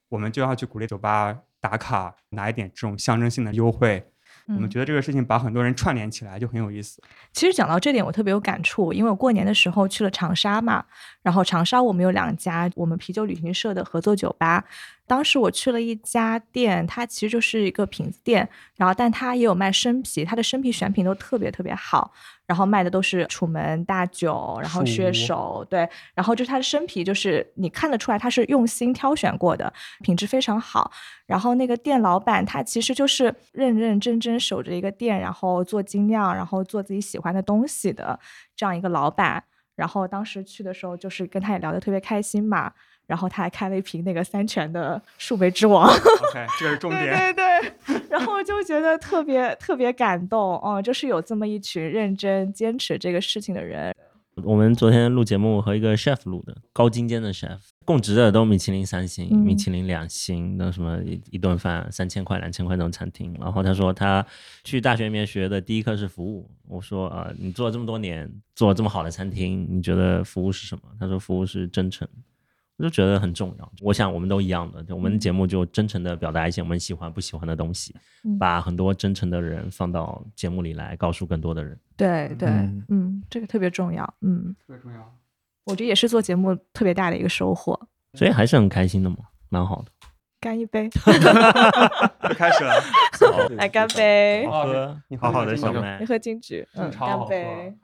Speaker 2: 我们就要去鼓励酒吧打卡，拿一点这种象征性的优惠。我们
Speaker 4: 嗯
Speaker 2: 觉得这个事情把很多人串联起来就很有意
Speaker 4: [LAUGHS]
Speaker 2: 思。
Speaker 4: 其实讲到这点，我特别有感触，因为我过年的时候去了长沙嘛，然后长沙我们有两家我们啤酒旅行社的合作酒吧，当时我去了一家店，它其实就是一个瓶子店，然后但它也有卖生啤，它的生啤选品都特别特别好，然后卖的都是楚门大酒，然后
Speaker 2: 树屋
Speaker 4: 血手，对，然后就是它的生啤，就是你看得出来它是用心挑选过的，品质非常好。然后那个店老板他其实就是认认真真守着一个店，然后做精酿，然后做自己喜欢的东西的这样一个老板。然后当时去的时候，就是跟他也聊得特别开心嘛。然后他还开了一瓶那个三全的树莓之王，
Speaker 2: OK，这是重点。
Speaker 4: 对对对，然后我就觉得特别特别感动，哦，就是有这么一群认真坚持这个事情的人，
Speaker 5: 我们昨天录节目和一个 chef 录的，高精尖的 chef，供职的都米其林三星、米
Speaker 4: 嗯
Speaker 5: 其林两星，那什么一一顿饭三千块、两千块那种餐厅。然后他说他去大学里面学的第一课是服务。我说啊、呃你做了这么多年，做了这么好的餐厅，你觉得服务是什么？他说服务是真诚。我就觉得很重要。我想我们都一样的，就我们的节目就真诚的表达一些我们喜欢不喜欢的东西，
Speaker 4: 嗯
Speaker 5: 把很多真诚的人放到节目里来，告诉更多的人。
Speaker 4: 对对，
Speaker 3: 嗯
Speaker 4: 嗯，这个特别重要，嗯，
Speaker 2: 特别重要。
Speaker 4: 我觉得也是做节目特别大的一个收获。
Speaker 5: 所以还是很开心的嘛，蛮好的。
Speaker 4: 干一杯，
Speaker 2: 又开始了，
Speaker 4: [LAUGHS] 来干
Speaker 2: [LAUGHS]
Speaker 4: 杯！
Speaker 2: 好
Speaker 5: 喝
Speaker 2: 喝，你
Speaker 5: 好好的
Speaker 2: 喝
Speaker 5: 小
Speaker 2: 这个
Speaker 5: 麦
Speaker 4: 你，喝金桔，嗯，
Speaker 2: 真超
Speaker 4: 干
Speaker 2: 好
Speaker 4: 杯！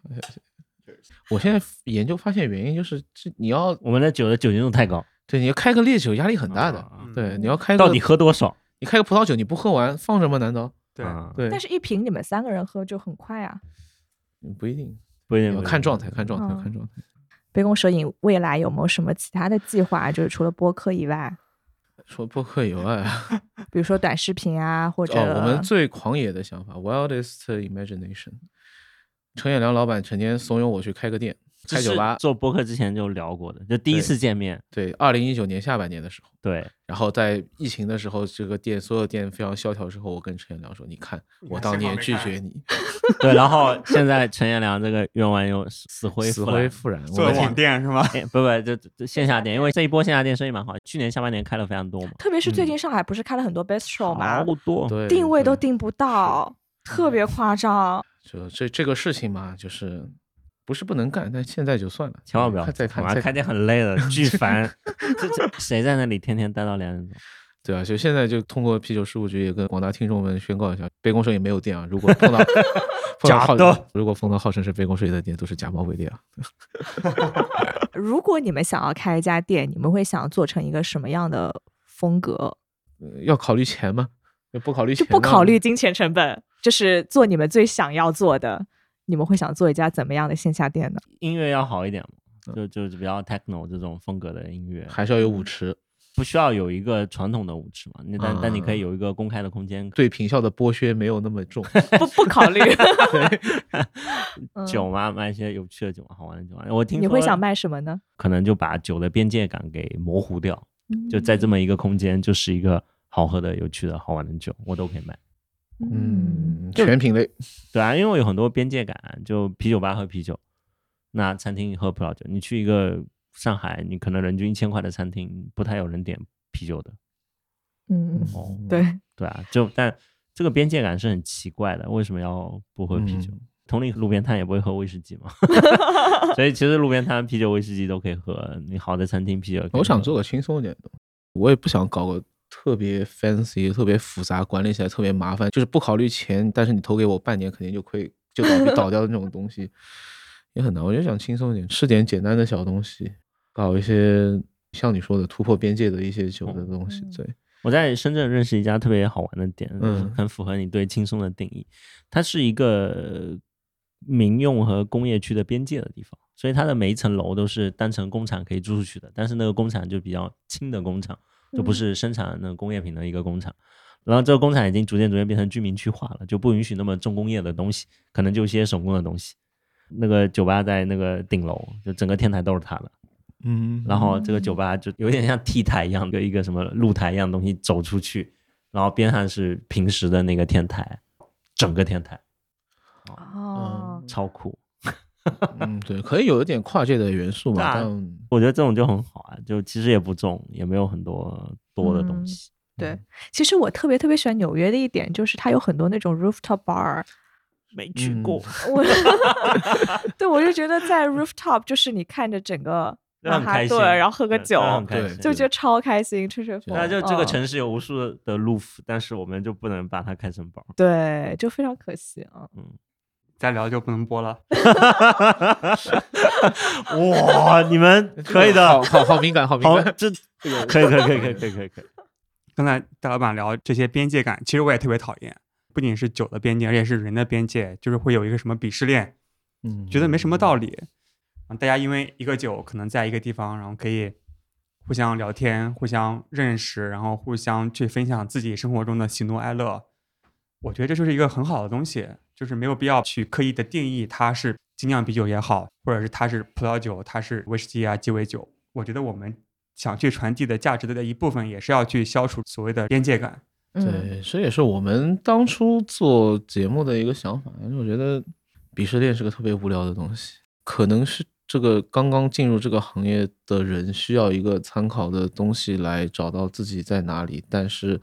Speaker 3: 我现在研究发现原因就是，这你要
Speaker 5: 我们的酒的酒精度太高，
Speaker 3: 对你要开个烈酒压力很大的，
Speaker 5: 啊
Speaker 2: 嗯
Speaker 3: 对，你要开个
Speaker 5: 到底喝多少？
Speaker 3: 你开个葡萄酒你不喝完放着吗？难道
Speaker 2: 对，
Speaker 5: 啊
Speaker 3: 对
Speaker 4: 但？是，一瓶你们三个人喝就很快啊。
Speaker 3: 不一定，
Speaker 5: 不一定
Speaker 3: 要看状态，看状
Speaker 4: 嗯
Speaker 3: 态，看状态。
Speaker 4: 杯弓蛇影未来有没有什么其他的计划？就是除了播客以外，
Speaker 3: 除播客以外啊，
Speaker 4: 比如说短视频啊，或者
Speaker 3: 哦，我们最狂野的想法，wildest imagination。陈也良老板成天怂恿我去开个店，
Speaker 5: 这
Speaker 3: 开
Speaker 5: 是
Speaker 3: 酒吧。
Speaker 5: 做播客之前就聊过的，就第一次见面，
Speaker 3: 对，二零一九年下半年的时候，
Speaker 5: 对， [LAUGHS]
Speaker 3: 然后在疫情的时候，这个店所有店非常萧条之后，我跟陈也良说：“你看，
Speaker 2: 你
Speaker 3: 我
Speaker 2: 看
Speaker 3: 当
Speaker 2: 幸好
Speaker 3: 年
Speaker 2: 没
Speaker 3: 拒
Speaker 2: 开
Speaker 3: 绝你，
Speaker 5: 对，然后现在陈彦良这个愿望又死死灰
Speaker 3: 死
Speaker 5: 复燃
Speaker 3: 灰。复燃。”
Speaker 2: [LAUGHS] 做
Speaker 3: 我
Speaker 2: 网
Speaker 3: 挺
Speaker 2: 店是吗？
Speaker 5: [LAUGHS] 哎，不不，就就线下店，因为这一波线下店生意蛮好，去年下半年开了非常多嘛，
Speaker 4: 特别是最
Speaker 3: 嗯
Speaker 4: 近上海不是开了很多 best show 吗？
Speaker 5: 好多，
Speaker 3: 对
Speaker 4: 定位都
Speaker 3: 对
Speaker 4: 定不到，特别夸张。
Speaker 3: 就这这个事情嘛，就是不是不能干，但现在就算了，
Speaker 5: 千万不要
Speaker 3: 看再看
Speaker 5: 好吧
Speaker 3: 再
Speaker 5: 开
Speaker 3: 看
Speaker 5: 店很累
Speaker 3: [LAUGHS]
Speaker 5: 的，巨烦。这这谁在那里天天待到两点钟？
Speaker 3: 对啊，就现在就通过啤酒事务局也跟广大听众们宣告一下，杯弓蛇影没有店啊！如果碰到碰到
Speaker 5: [LAUGHS] 假
Speaker 3: 号
Speaker 5: 的，
Speaker 3: 如果碰到号称是杯弓蛇影的店，都是假冒伪劣啊！
Speaker 4: 如果你们想要开一家店，你们会想做成一个什么样的风格？
Speaker 3: 呃要考虑钱吗？要不考虑
Speaker 4: 就
Speaker 3: 钱，
Speaker 4: 不考虑。金钱成本，就是做你们最想要做的。你们会想做一家怎么样的线下店呢？
Speaker 5: 音乐要好一点嘛，就就比较 techno 这种风格的音乐，
Speaker 3: 还是要有舞池，
Speaker 5: 不需要有一个传统的舞池嘛，你但但你可
Speaker 4: 嗯
Speaker 5: 以有一个公开的空间。
Speaker 3: 对平效的剥削没有那么
Speaker 5: [LAUGHS]
Speaker 3: 重。
Speaker 4: 不不
Speaker 3: [LAUGHS]
Speaker 4: 考虑嗯
Speaker 5: 酒嘛，卖一些有趣的酒啊嘛，好玩的酒嘛。我听
Speaker 4: 你会
Speaker 5: 说
Speaker 4: 想卖什么呢？
Speaker 5: 可能就把酒的边界感给模糊掉，就在这么
Speaker 4: 嗯
Speaker 5: 一个空间，就是一个好喝的、有趣的、好玩的酒，我都可以卖。
Speaker 3: 嗯，
Speaker 5: 就
Speaker 3: 全品类，
Speaker 5: 对啊，因为我有很多边界感，就啤酒吧喝啤酒，那餐厅喝葡萄酒。你去一个上海，你可能人均一千块的餐厅，不太有人点啤酒的。
Speaker 4: 嗯，嗯
Speaker 5: 哦，
Speaker 4: 对，
Speaker 5: 对啊，就但这个边界感是很奇怪的，为什么要不喝啤酒？
Speaker 3: 嗯
Speaker 5: 同理，路边摊也不会喝威士忌
Speaker 3: [LAUGHS]
Speaker 5: 嘛，所以其实路边摊啤酒、威士忌都可以喝。你好的餐厅啤酒也可以喝，
Speaker 3: 我想做个轻松一点的东西，我也不想搞个特别 fancy、特别复杂、管理起来特别麻烦，就是不考虑钱，但是你投给我半年肯定就亏，就倒闭倒掉的那种东西，也很难。我就想轻松一点，吃点简单的小东西，搞一些像你说的突破边界的一些酒的东西
Speaker 4: 嗯。
Speaker 3: 对，
Speaker 5: 我在深圳认识一家特别好玩的店，
Speaker 3: 嗯
Speaker 5: 很符合你对轻松的定义。它是一个民用和工业区的边界的地方，所以它的每一层楼都是当成工厂可以租出去的，但是那个工厂就比较轻的工厂，就不是生产那个工业品的一个工厂。然后这个工厂已经逐渐逐渐变成居民区化了，就不允许那么重工业的东西，可能就一些手工的东西。那个酒吧在那个顶楼，就整个天台都是它的。
Speaker 3: 嗯
Speaker 5: 然后这个酒吧就有点像 T 台一样的一个什么露台一样的东西走出去，然后边上是平时的那个天台，整个天台
Speaker 4: 哦，
Speaker 5: 超酷。
Speaker 3: 嗯，对，可以有一点跨界的元素嘛，
Speaker 5: 那
Speaker 3: 但
Speaker 5: 我觉得这种就很好啊，就其实也不重，也没有很多多的
Speaker 4: 嗯
Speaker 5: 东西。
Speaker 4: 对。
Speaker 5: 嗯
Speaker 4: 其实我特别特别喜欢纽约的一点就是它有很多那种 rooftop [LAUGHS] bar，
Speaker 5: 没
Speaker 3: 去过，
Speaker 4: 我 [LAUGHS] 对我就觉得在 rooftop 就是你看着整个
Speaker 5: [LAUGHS] 那
Speaker 4: 曼
Speaker 5: 很
Speaker 4: 哈
Speaker 5: 开心
Speaker 4: 顿，然后喝个酒，
Speaker 3: 对
Speaker 4: 就觉得
Speaker 5: 就
Speaker 4: 超开心，吹吹风。
Speaker 5: 那啊就这个
Speaker 4: 嗯
Speaker 5: 城市有无数的路夫，但是我们就不能把它开成包。
Speaker 4: [LAUGHS] 对，就非常可惜啊。
Speaker 2: 再聊就不能播了。
Speaker 5: 哇，你们可以
Speaker 3: 好
Speaker 5: 的，
Speaker 3: 好好敏感，好敏
Speaker 5: 好，
Speaker 3: 感。
Speaker 5: 这可以可以可以可以可以可以可以。
Speaker 2: 刚才大老板聊这些边界感，其实我也特别讨厌，不仅是酒的边界，而且是人的边界，就是会有一个什么鄙视链，
Speaker 3: 嗯，
Speaker 2: 觉得没什么道理。啊大家因为一个酒，可能在一个地方，然后可以互相聊天、互相认识，然后互相去分享自己生活中的喜怒哀乐。我觉得这就是一个很好的东西，就是没有必要去刻意的定义它是精酿啤酒也好，或者是它是葡萄酒、它是威士忌啊、鸡尾酒。我觉得我们想去传递的价值的一部分，也是要去消除所谓的边界感。
Speaker 4: 嗯，
Speaker 3: 对，这也是我们当初做节目的一个想法，因为我觉得鄙视链是个特别无聊的东西，可能是这个刚刚进入这个行业的人需要一个参考的东西来找到自己在哪里，但是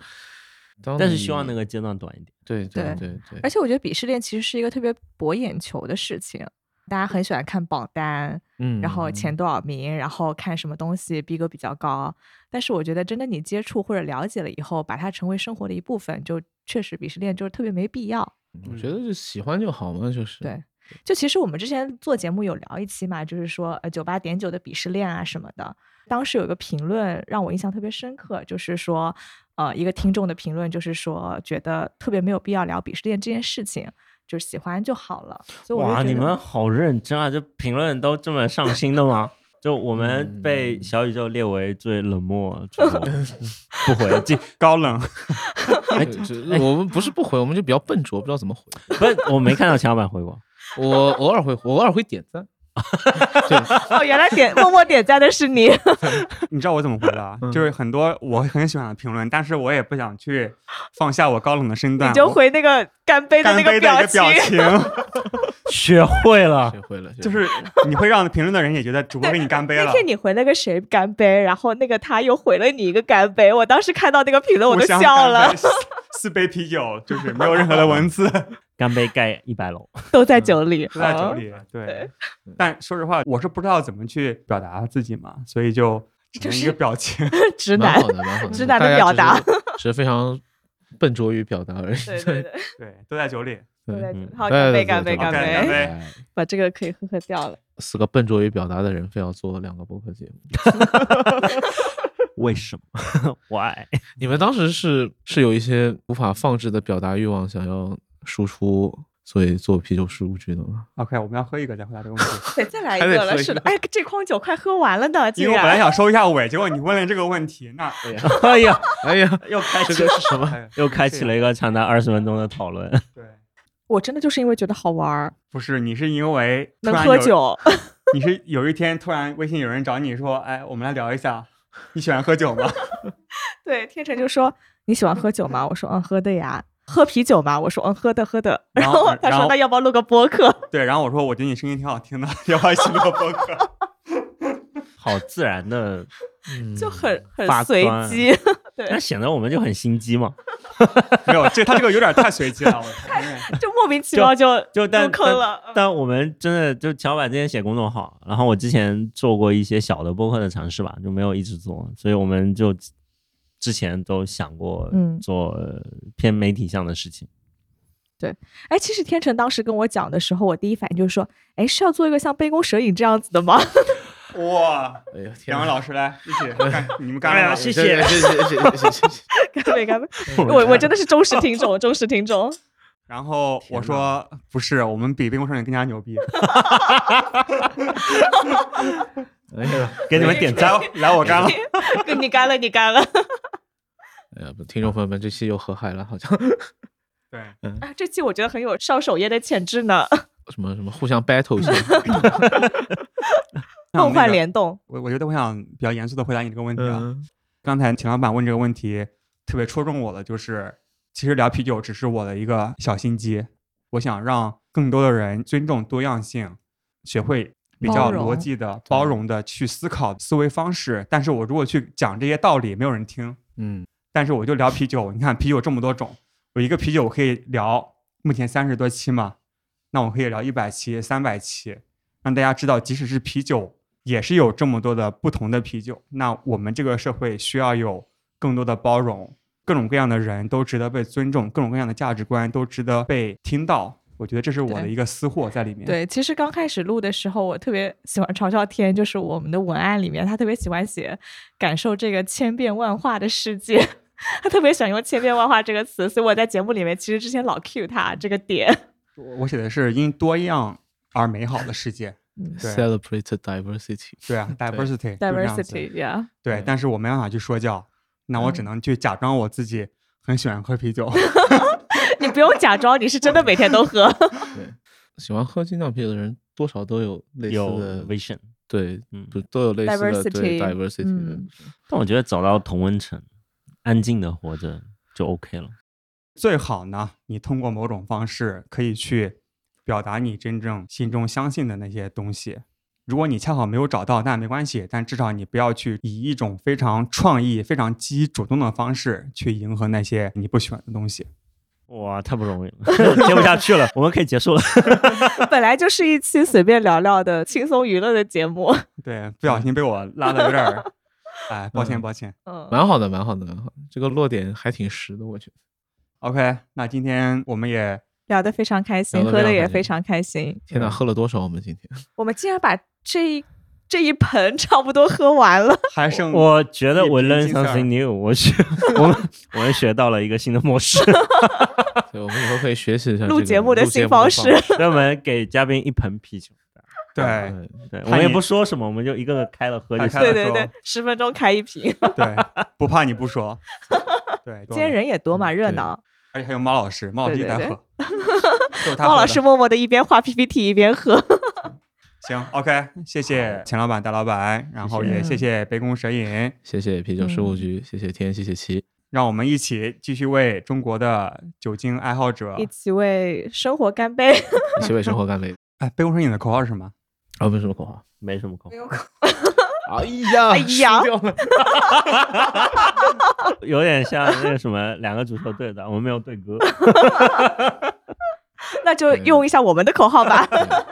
Speaker 3: 当
Speaker 5: 但是
Speaker 3: 你
Speaker 5: 希望那个阶段短一点。
Speaker 3: 对对
Speaker 4: 对
Speaker 3: 对对，
Speaker 4: 而且我觉得鄙视链其实是一个特别博眼球的事情，大家很喜欢看榜单，
Speaker 3: 嗯，
Speaker 4: 然后前多少名，然后看什么东西逼格比较高。但是我觉得，真的你接触或者了解了以后，把它成为生活的一部分，就确实鄙视链就是特别没必要。
Speaker 3: 嗯我觉得就喜欢就好嘛，就是
Speaker 4: 对就其实我们之前做节目有聊一期嘛，就是说呃九八点九的鄙视链啊什么的。当时有一个评论让我印象特别深刻，就是说呃一个听众的评论就是说觉得特别没有必要聊鄙视链这件事情，就是喜欢就好了。所以我就
Speaker 5: 哇，
Speaker 4: 觉
Speaker 5: 你
Speaker 4: 得
Speaker 5: 们好认真啊！这评论都这么上心的吗？就我们
Speaker 3: 嗯
Speaker 5: 被小宇宙列为最冷漠主
Speaker 4: [LAUGHS]
Speaker 5: 播，不回进，
Speaker 2: [LAUGHS] 高冷，
Speaker 5: 哎
Speaker 3: 对
Speaker 5: [LAUGHS]
Speaker 3: 只我们不是不回，我们就比较笨拙，不知道怎么回。
Speaker 5: 不是我没看到钱老板
Speaker 4: [LAUGHS]
Speaker 5: 回过。
Speaker 3: 我偶尔会，我偶尔会点赞。对，
Speaker 4: 哦，原来点默默点赞的是你。
Speaker 2: 你知道我怎么回答？啊
Speaker 3: 嗯
Speaker 2: 就是很多我很喜欢的评论，但是我也不想去放下我高冷的身段，
Speaker 4: 你就
Speaker 2: 我
Speaker 4: 回那个干杯的
Speaker 2: 干
Speaker 4: 那
Speaker 2: 杯的
Speaker 4: 个
Speaker 2: 一个
Speaker 4: 情。
Speaker 2: 表情， [LAUGHS]
Speaker 5: 学会了
Speaker 3: 学，会了，学
Speaker 2: 就
Speaker 3: 会
Speaker 2: 是你会让评论的人也觉得主播给你干杯
Speaker 4: 那
Speaker 2: 了。
Speaker 4: 天你回了个谁干杯，然后那个他又回了你一个干杯，我当时看到那个评论我
Speaker 2: 互
Speaker 4: 都
Speaker 2: 相
Speaker 4: 笑
Speaker 2: 干
Speaker 4: 了
Speaker 2: 杯，，四嗯四杯啤酒，就是没有任何的文
Speaker 4: [LAUGHS]
Speaker 2: 字，
Speaker 5: 干杯盖一百楼。
Speaker 4: 都在酒里，
Speaker 2: 都在酒
Speaker 4: 哦，
Speaker 2: 里。对
Speaker 4: 对，
Speaker 2: 但说实话，我是不知道怎么去表达自己嘛，所以就只能一个表情。
Speaker 4: 直
Speaker 3: 蛮
Speaker 4: 男
Speaker 3: 好。的，蛮 [LAUGHS] 好的，
Speaker 4: 直男的
Speaker 3: 大家
Speaker 4: 表达
Speaker 3: 只是， [LAUGHS] 只是非常笨拙于表达而已。
Speaker 4: 对对对，
Speaker 2: 对，都在酒里。
Speaker 4: 都在酒
Speaker 5: 嗯
Speaker 4: 里好干杯干杯
Speaker 2: 嗯对
Speaker 4: 干
Speaker 2: 对干
Speaker 4: 杯，
Speaker 2: 杯
Speaker 3: 哎
Speaker 4: 把这个可以喝喝掉了。
Speaker 3: 四个笨拙于表达的人，非要做两个播客节目。
Speaker 5: 为什么 [LAUGHS] ？Why？
Speaker 3: 你们当时是是有一些无法放置的表达欲望，想要输出，所以做啤酒事务局的吗？
Speaker 2: OK，我们要喝一个再回答这个问
Speaker 4: [LAUGHS]
Speaker 2: 题。
Speaker 4: 得再来一
Speaker 3: 还得
Speaker 4: 个
Speaker 3: 喝
Speaker 4: 了，
Speaker 3: 一
Speaker 4: 是的。
Speaker 3: 个
Speaker 4: 哎，这筐酒快喝完了呢，
Speaker 2: 因
Speaker 4: 竟
Speaker 2: 为我本来
Speaker 4: 然。
Speaker 2: 想收一下尾，结果你问了这个问题，那哎呀，
Speaker 5: [LAUGHS] 哎呀，
Speaker 3: 哎呀，
Speaker 5: 又开
Speaker 3: 这
Speaker 5: 启
Speaker 3: 个是什么？
Speaker 2: 哎
Speaker 5: 又开启了一个长达二十分钟的讨论。
Speaker 2: 对，
Speaker 4: 我真的就是因为觉得好玩儿，
Speaker 2: 不是你是因为突
Speaker 4: 能
Speaker 2: 然
Speaker 4: 喝
Speaker 2: 有，
Speaker 4: 酒， [LAUGHS]
Speaker 2: 你是有一天突然微信有人找你说，哎，我们来聊一下，你喜欢喝酒吗？ [LAUGHS]
Speaker 4: 对，天成就说你喜欢喝酒吗？我说嗯，喝的呀。喝啤酒吗？我说嗯，喝的喝的。
Speaker 2: 然
Speaker 4: 然
Speaker 2: 后
Speaker 4: 后他
Speaker 2: 然后
Speaker 4: 说那要不要录个播客？
Speaker 2: 对，然后我说我觉得你声音挺好听的，要不要一起录个播客？ [LAUGHS]
Speaker 5: 好自然的，
Speaker 2: 嗯
Speaker 4: 就很很
Speaker 5: 发
Speaker 4: 随
Speaker 2: [LAUGHS]
Speaker 5: 端
Speaker 4: 机。
Speaker 5: 那显得我们就很心机嘛。
Speaker 2: 没有，这他这个有点太随机了，我承认。
Speaker 4: 就莫名其妙就
Speaker 5: 就但
Speaker 4: 入坑了。
Speaker 5: [LAUGHS]
Speaker 4: 嗯
Speaker 5: 但我们真的就乔板之前写公众号，然后我之前做过一些小的播客的尝试吧，就没有一直做，所以我们就之前都想过
Speaker 4: 嗯
Speaker 5: 做偏媒体向的事情。
Speaker 4: 哎，其实天成当时跟我讲的时候，我第一反应就是说，哎，是要做一个像杯弓蛇影这样子的吗？
Speaker 2: [LAUGHS]
Speaker 4: [LAUGHS]
Speaker 2: 哇，
Speaker 3: 哎呀，天
Speaker 2: 两位
Speaker 3: 哪！
Speaker 2: 老师来一
Speaker 5: [LAUGHS]
Speaker 2: 起干，你们干
Speaker 5: 哎呀
Speaker 2: 了，
Speaker 5: 谢
Speaker 3: 谢谢谢谢谢谢谢谢。
Speaker 4: 干
Speaker 2: [LAUGHS]
Speaker 4: 杯干杯！我我真的是忠实听众，忠实听众。
Speaker 2: 然后我
Speaker 5: 天
Speaker 2: 说不是，我们比冰宫少女更加牛逼，
Speaker 3: 哎呀，
Speaker 5: 给你们点赞，哦
Speaker 2: 来我干了。
Speaker 4: 跟 [LAUGHS] 你干了，你干了。
Speaker 3: [LAUGHS] 哎呀，听众朋友们，这期又和海了，好像
Speaker 2: 对，
Speaker 4: 啊这期我觉得很有上首页的潜质呢，
Speaker 3: 什么什么互相 battle [LAUGHS] 一下。
Speaker 2: 像
Speaker 4: 梦
Speaker 2: 那
Speaker 4: 幻
Speaker 2: 个
Speaker 4: 联动。
Speaker 2: 我我觉得我想比较严肃的回答你这个问题啊。
Speaker 3: 嗯，
Speaker 2: 刚才钱老板问这个问题，特别戳中我的，就是其实聊啤酒只是我的一个小心机，我想让更多的人尊重多样性，学会比较
Speaker 4: 包容
Speaker 2: 逻辑的、包容的去思考思维方式。但是我如果去讲这些道理，没有人听。
Speaker 3: 嗯，
Speaker 2: 但是我就聊啤酒，你看啤酒这么多种，有一个啤酒我可以聊目前三十多期嘛，那我可以聊一百期、三百期，让大家知道，即使是啤酒，也是有这么多的不同的啤酒。那我们这个社会需要有更多的包容，各种各样的人都值得被尊重，各种各样的价值观都值得被听到。我觉得这是我的
Speaker 4: 对
Speaker 2: 一个私货在里面。
Speaker 4: 对，其实刚开始录的时候，我特别喜欢嘲笑天，就是我们的文案里面，他特别喜欢写感受这个千变万化的世界，他特别喜欢用“千变万化”这个词，所以我在节目里面其实之前老 cue 他这个点。
Speaker 2: 我我写的是因多样而美好的世界。
Speaker 4: 嗯
Speaker 2: 对啊
Speaker 3: celebrate diversity。
Speaker 2: 对啊，diversity 就是这样子
Speaker 4: Diversity，yeah，
Speaker 2: 对
Speaker 3: 嗯，
Speaker 2: 但是我没办法去说教，那我只
Speaker 4: 嗯
Speaker 2: 能去假装我自己很喜欢喝啤酒。
Speaker 4: 你不用假装，你是真的每天都喝。
Speaker 3: 喜欢喝精酿啤酒的人，多少都有类似
Speaker 5: 有
Speaker 3: 的
Speaker 5: vision，
Speaker 3: 对，
Speaker 5: 嗯
Speaker 3: 不都有类似的对
Speaker 4: Diversity，
Speaker 3: diversity 的
Speaker 4: 嗯
Speaker 5: 但我觉得找到同温层，安静的活着就 OK 了。
Speaker 2: 最好呢，你通过某种方式可以去表达你真正心中相信的那些东西。如果你恰好没有找到，那没关系，但至少你不要去以一种非常创意、非常积极主动的方式去迎合那些你不喜欢的东西。
Speaker 5: 哇，太不容易了，接不下去了，我们可以结 [LAUGHS] 束了。
Speaker 4: [LAUGHS] 本来就是一期随便聊聊的轻松娱乐的节目，
Speaker 2: 对，不小心被我拉的有点儿，哎，抱歉抱歉。
Speaker 4: 嗯，
Speaker 3: 蛮好的，蛮好的，蛮好的。这个落点还挺实的，我觉得。
Speaker 2: OK，那今天我们也
Speaker 4: 聊得非常开心，
Speaker 3: 聊得
Speaker 4: 喝的
Speaker 3: 非常开心
Speaker 4: 也非常开心。
Speaker 3: 天哪，
Speaker 2: 嗯
Speaker 3: 喝了多少？我们今天 [LAUGHS]
Speaker 4: 我们竟然把这一这一盆差不多喝完了，
Speaker 2: 还剩
Speaker 5: 我觉得我
Speaker 2: 一
Speaker 5: learn
Speaker 2: 瓶金丝儿
Speaker 5: something new，我学我们我们学到了一个新的
Speaker 3: [LAUGHS]
Speaker 5: 模式。 [LAUGHS]
Speaker 3: 对，我们以后可以学习一下
Speaker 4: 录
Speaker 3: 这个
Speaker 4: 节目的
Speaker 3: 录
Speaker 4: 新
Speaker 3: 节目
Speaker 4: 方
Speaker 3: 方
Speaker 4: 式。
Speaker 3: [LAUGHS]
Speaker 5: 专门给嘉宾一盆啤酒。
Speaker 2: 对，
Speaker 3: 哎
Speaker 5: 对，
Speaker 2: 看
Speaker 5: 我们也
Speaker 2: 你
Speaker 5: 不说什么，我们就一个个开了喝就
Speaker 2: 开
Speaker 5: 行
Speaker 2: 了
Speaker 4: 对
Speaker 5: 了。
Speaker 4: 对
Speaker 2: 说
Speaker 4: 对，十分钟开一瓶，
Speaker 2: [LAUGHS] 对，不怕你不说。
Speaker 4: [LAUGHS]
Speaker 2: 对，
Speaker 4: 今天人也多嘛，热
Speaker 3: 对
Speaker 4: 闹。
Speaker 2: 而且还有猫老师，猫老师一直在
Speaker 4: 对对 [LAUGHS]
Speaker 2: 喝，就是他
Speaker 4: 汪
Speaker 2: 喝
Speaker 4: 老
Speaker 2: 的
Speaker 4: 师默默的一边画 PPT 一边喝，
Speaker 2: 行，OK，谢谢钱老板、大老板，然后
Speaker 5: 谢
Speaker 4: 谢嗯
Speaker 2: 也谢谢杯弓蛇影，
Speaker 3: 谢谢啤酒事务局，谢谢天，谢谢七，
Speaker 2: 让我们一起继续为中国的酒精爱好者
Speaker 4: 一。起为生活干杯。 [LAUGHS]
Speaker 3: 一起为生活干 [LAUGHS] 杯！
Speaker 2: 哎，杯弓蛇影的口号是什么？
Speaker 3: 啊，不是什么口号。
Speaker 5: 没什么空。
Speaker 3: 哎呀，
Speaker 4: 哎呀
Speaker 3: 输掉了
Speaker 5: [LAUGHS] 有点像那个什么，两个足球队的，我们没有对歌。
Speaker 4: 那就用一下我们的口号吧。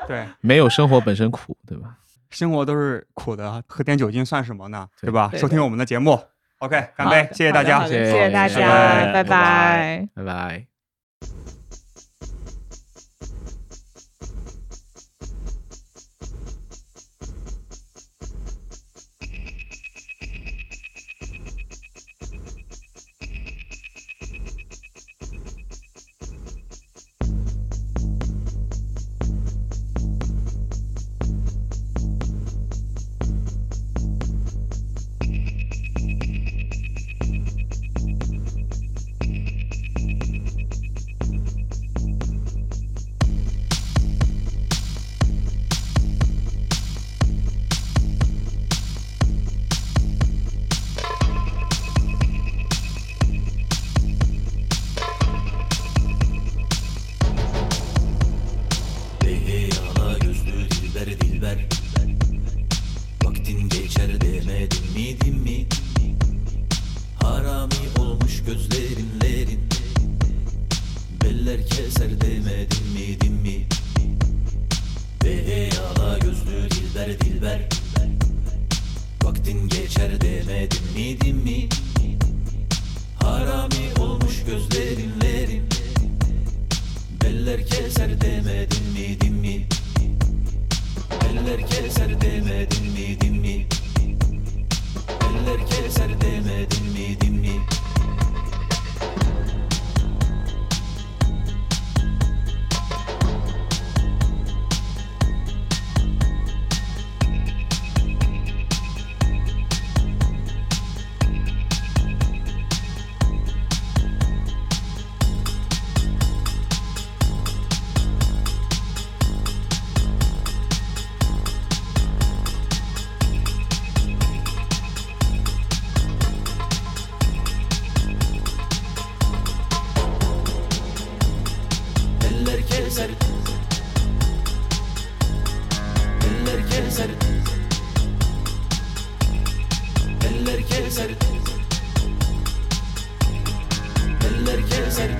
Speaker 2: 对，
Speaker 3: [LAUGHS] 没有生活本身苦，对吧？
Speaker 2: 生活都是苦的，喝点酒精算什么呢？
Speaker 3: 对
Speaker 2: 对吧？
Speaker 4: 对
Speaker 2: 收听我们的节目，OK，干
Speaker 4: 好
Speaker 2: 杯
Speaker 4: 的，
Speaker 2: 谢谢
Speaker 4: 好
Speaker 2: 大
Speaker 4: 的好
Speaker 2: 家
Speaker 4: 的。
Speaker 3: 谢
Speaker 4: 谢谢大
Speaker 3: 谢
Speaker 4: 家，
Speaker 2: 拜
Speaker 4: 拜
Speaker 5: 拜
Speaker 4: 拜
Speaker 3: 拜拜。
Speaker 6: Beyhe yağla gözlü dilber dilber Vaktin geçer demedim mi dim mi Harami olmuş gözlerinlerin Beller keser demedim mi dim mi Beyhe yağla gözlü dilber dilber Vaktin geçer demedim mi dim mi Harami olmuş gözlerinlerin Eller keser demedin mi din mi? Eller keser demedin mi din mi? Eller keser demedin mi din mi? Eller keser Eller keser Eller keser Eller keser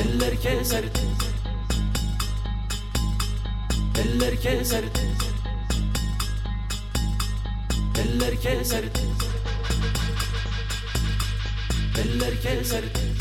Speaker 6: Eller keser Eller keser Eller keser Eller keser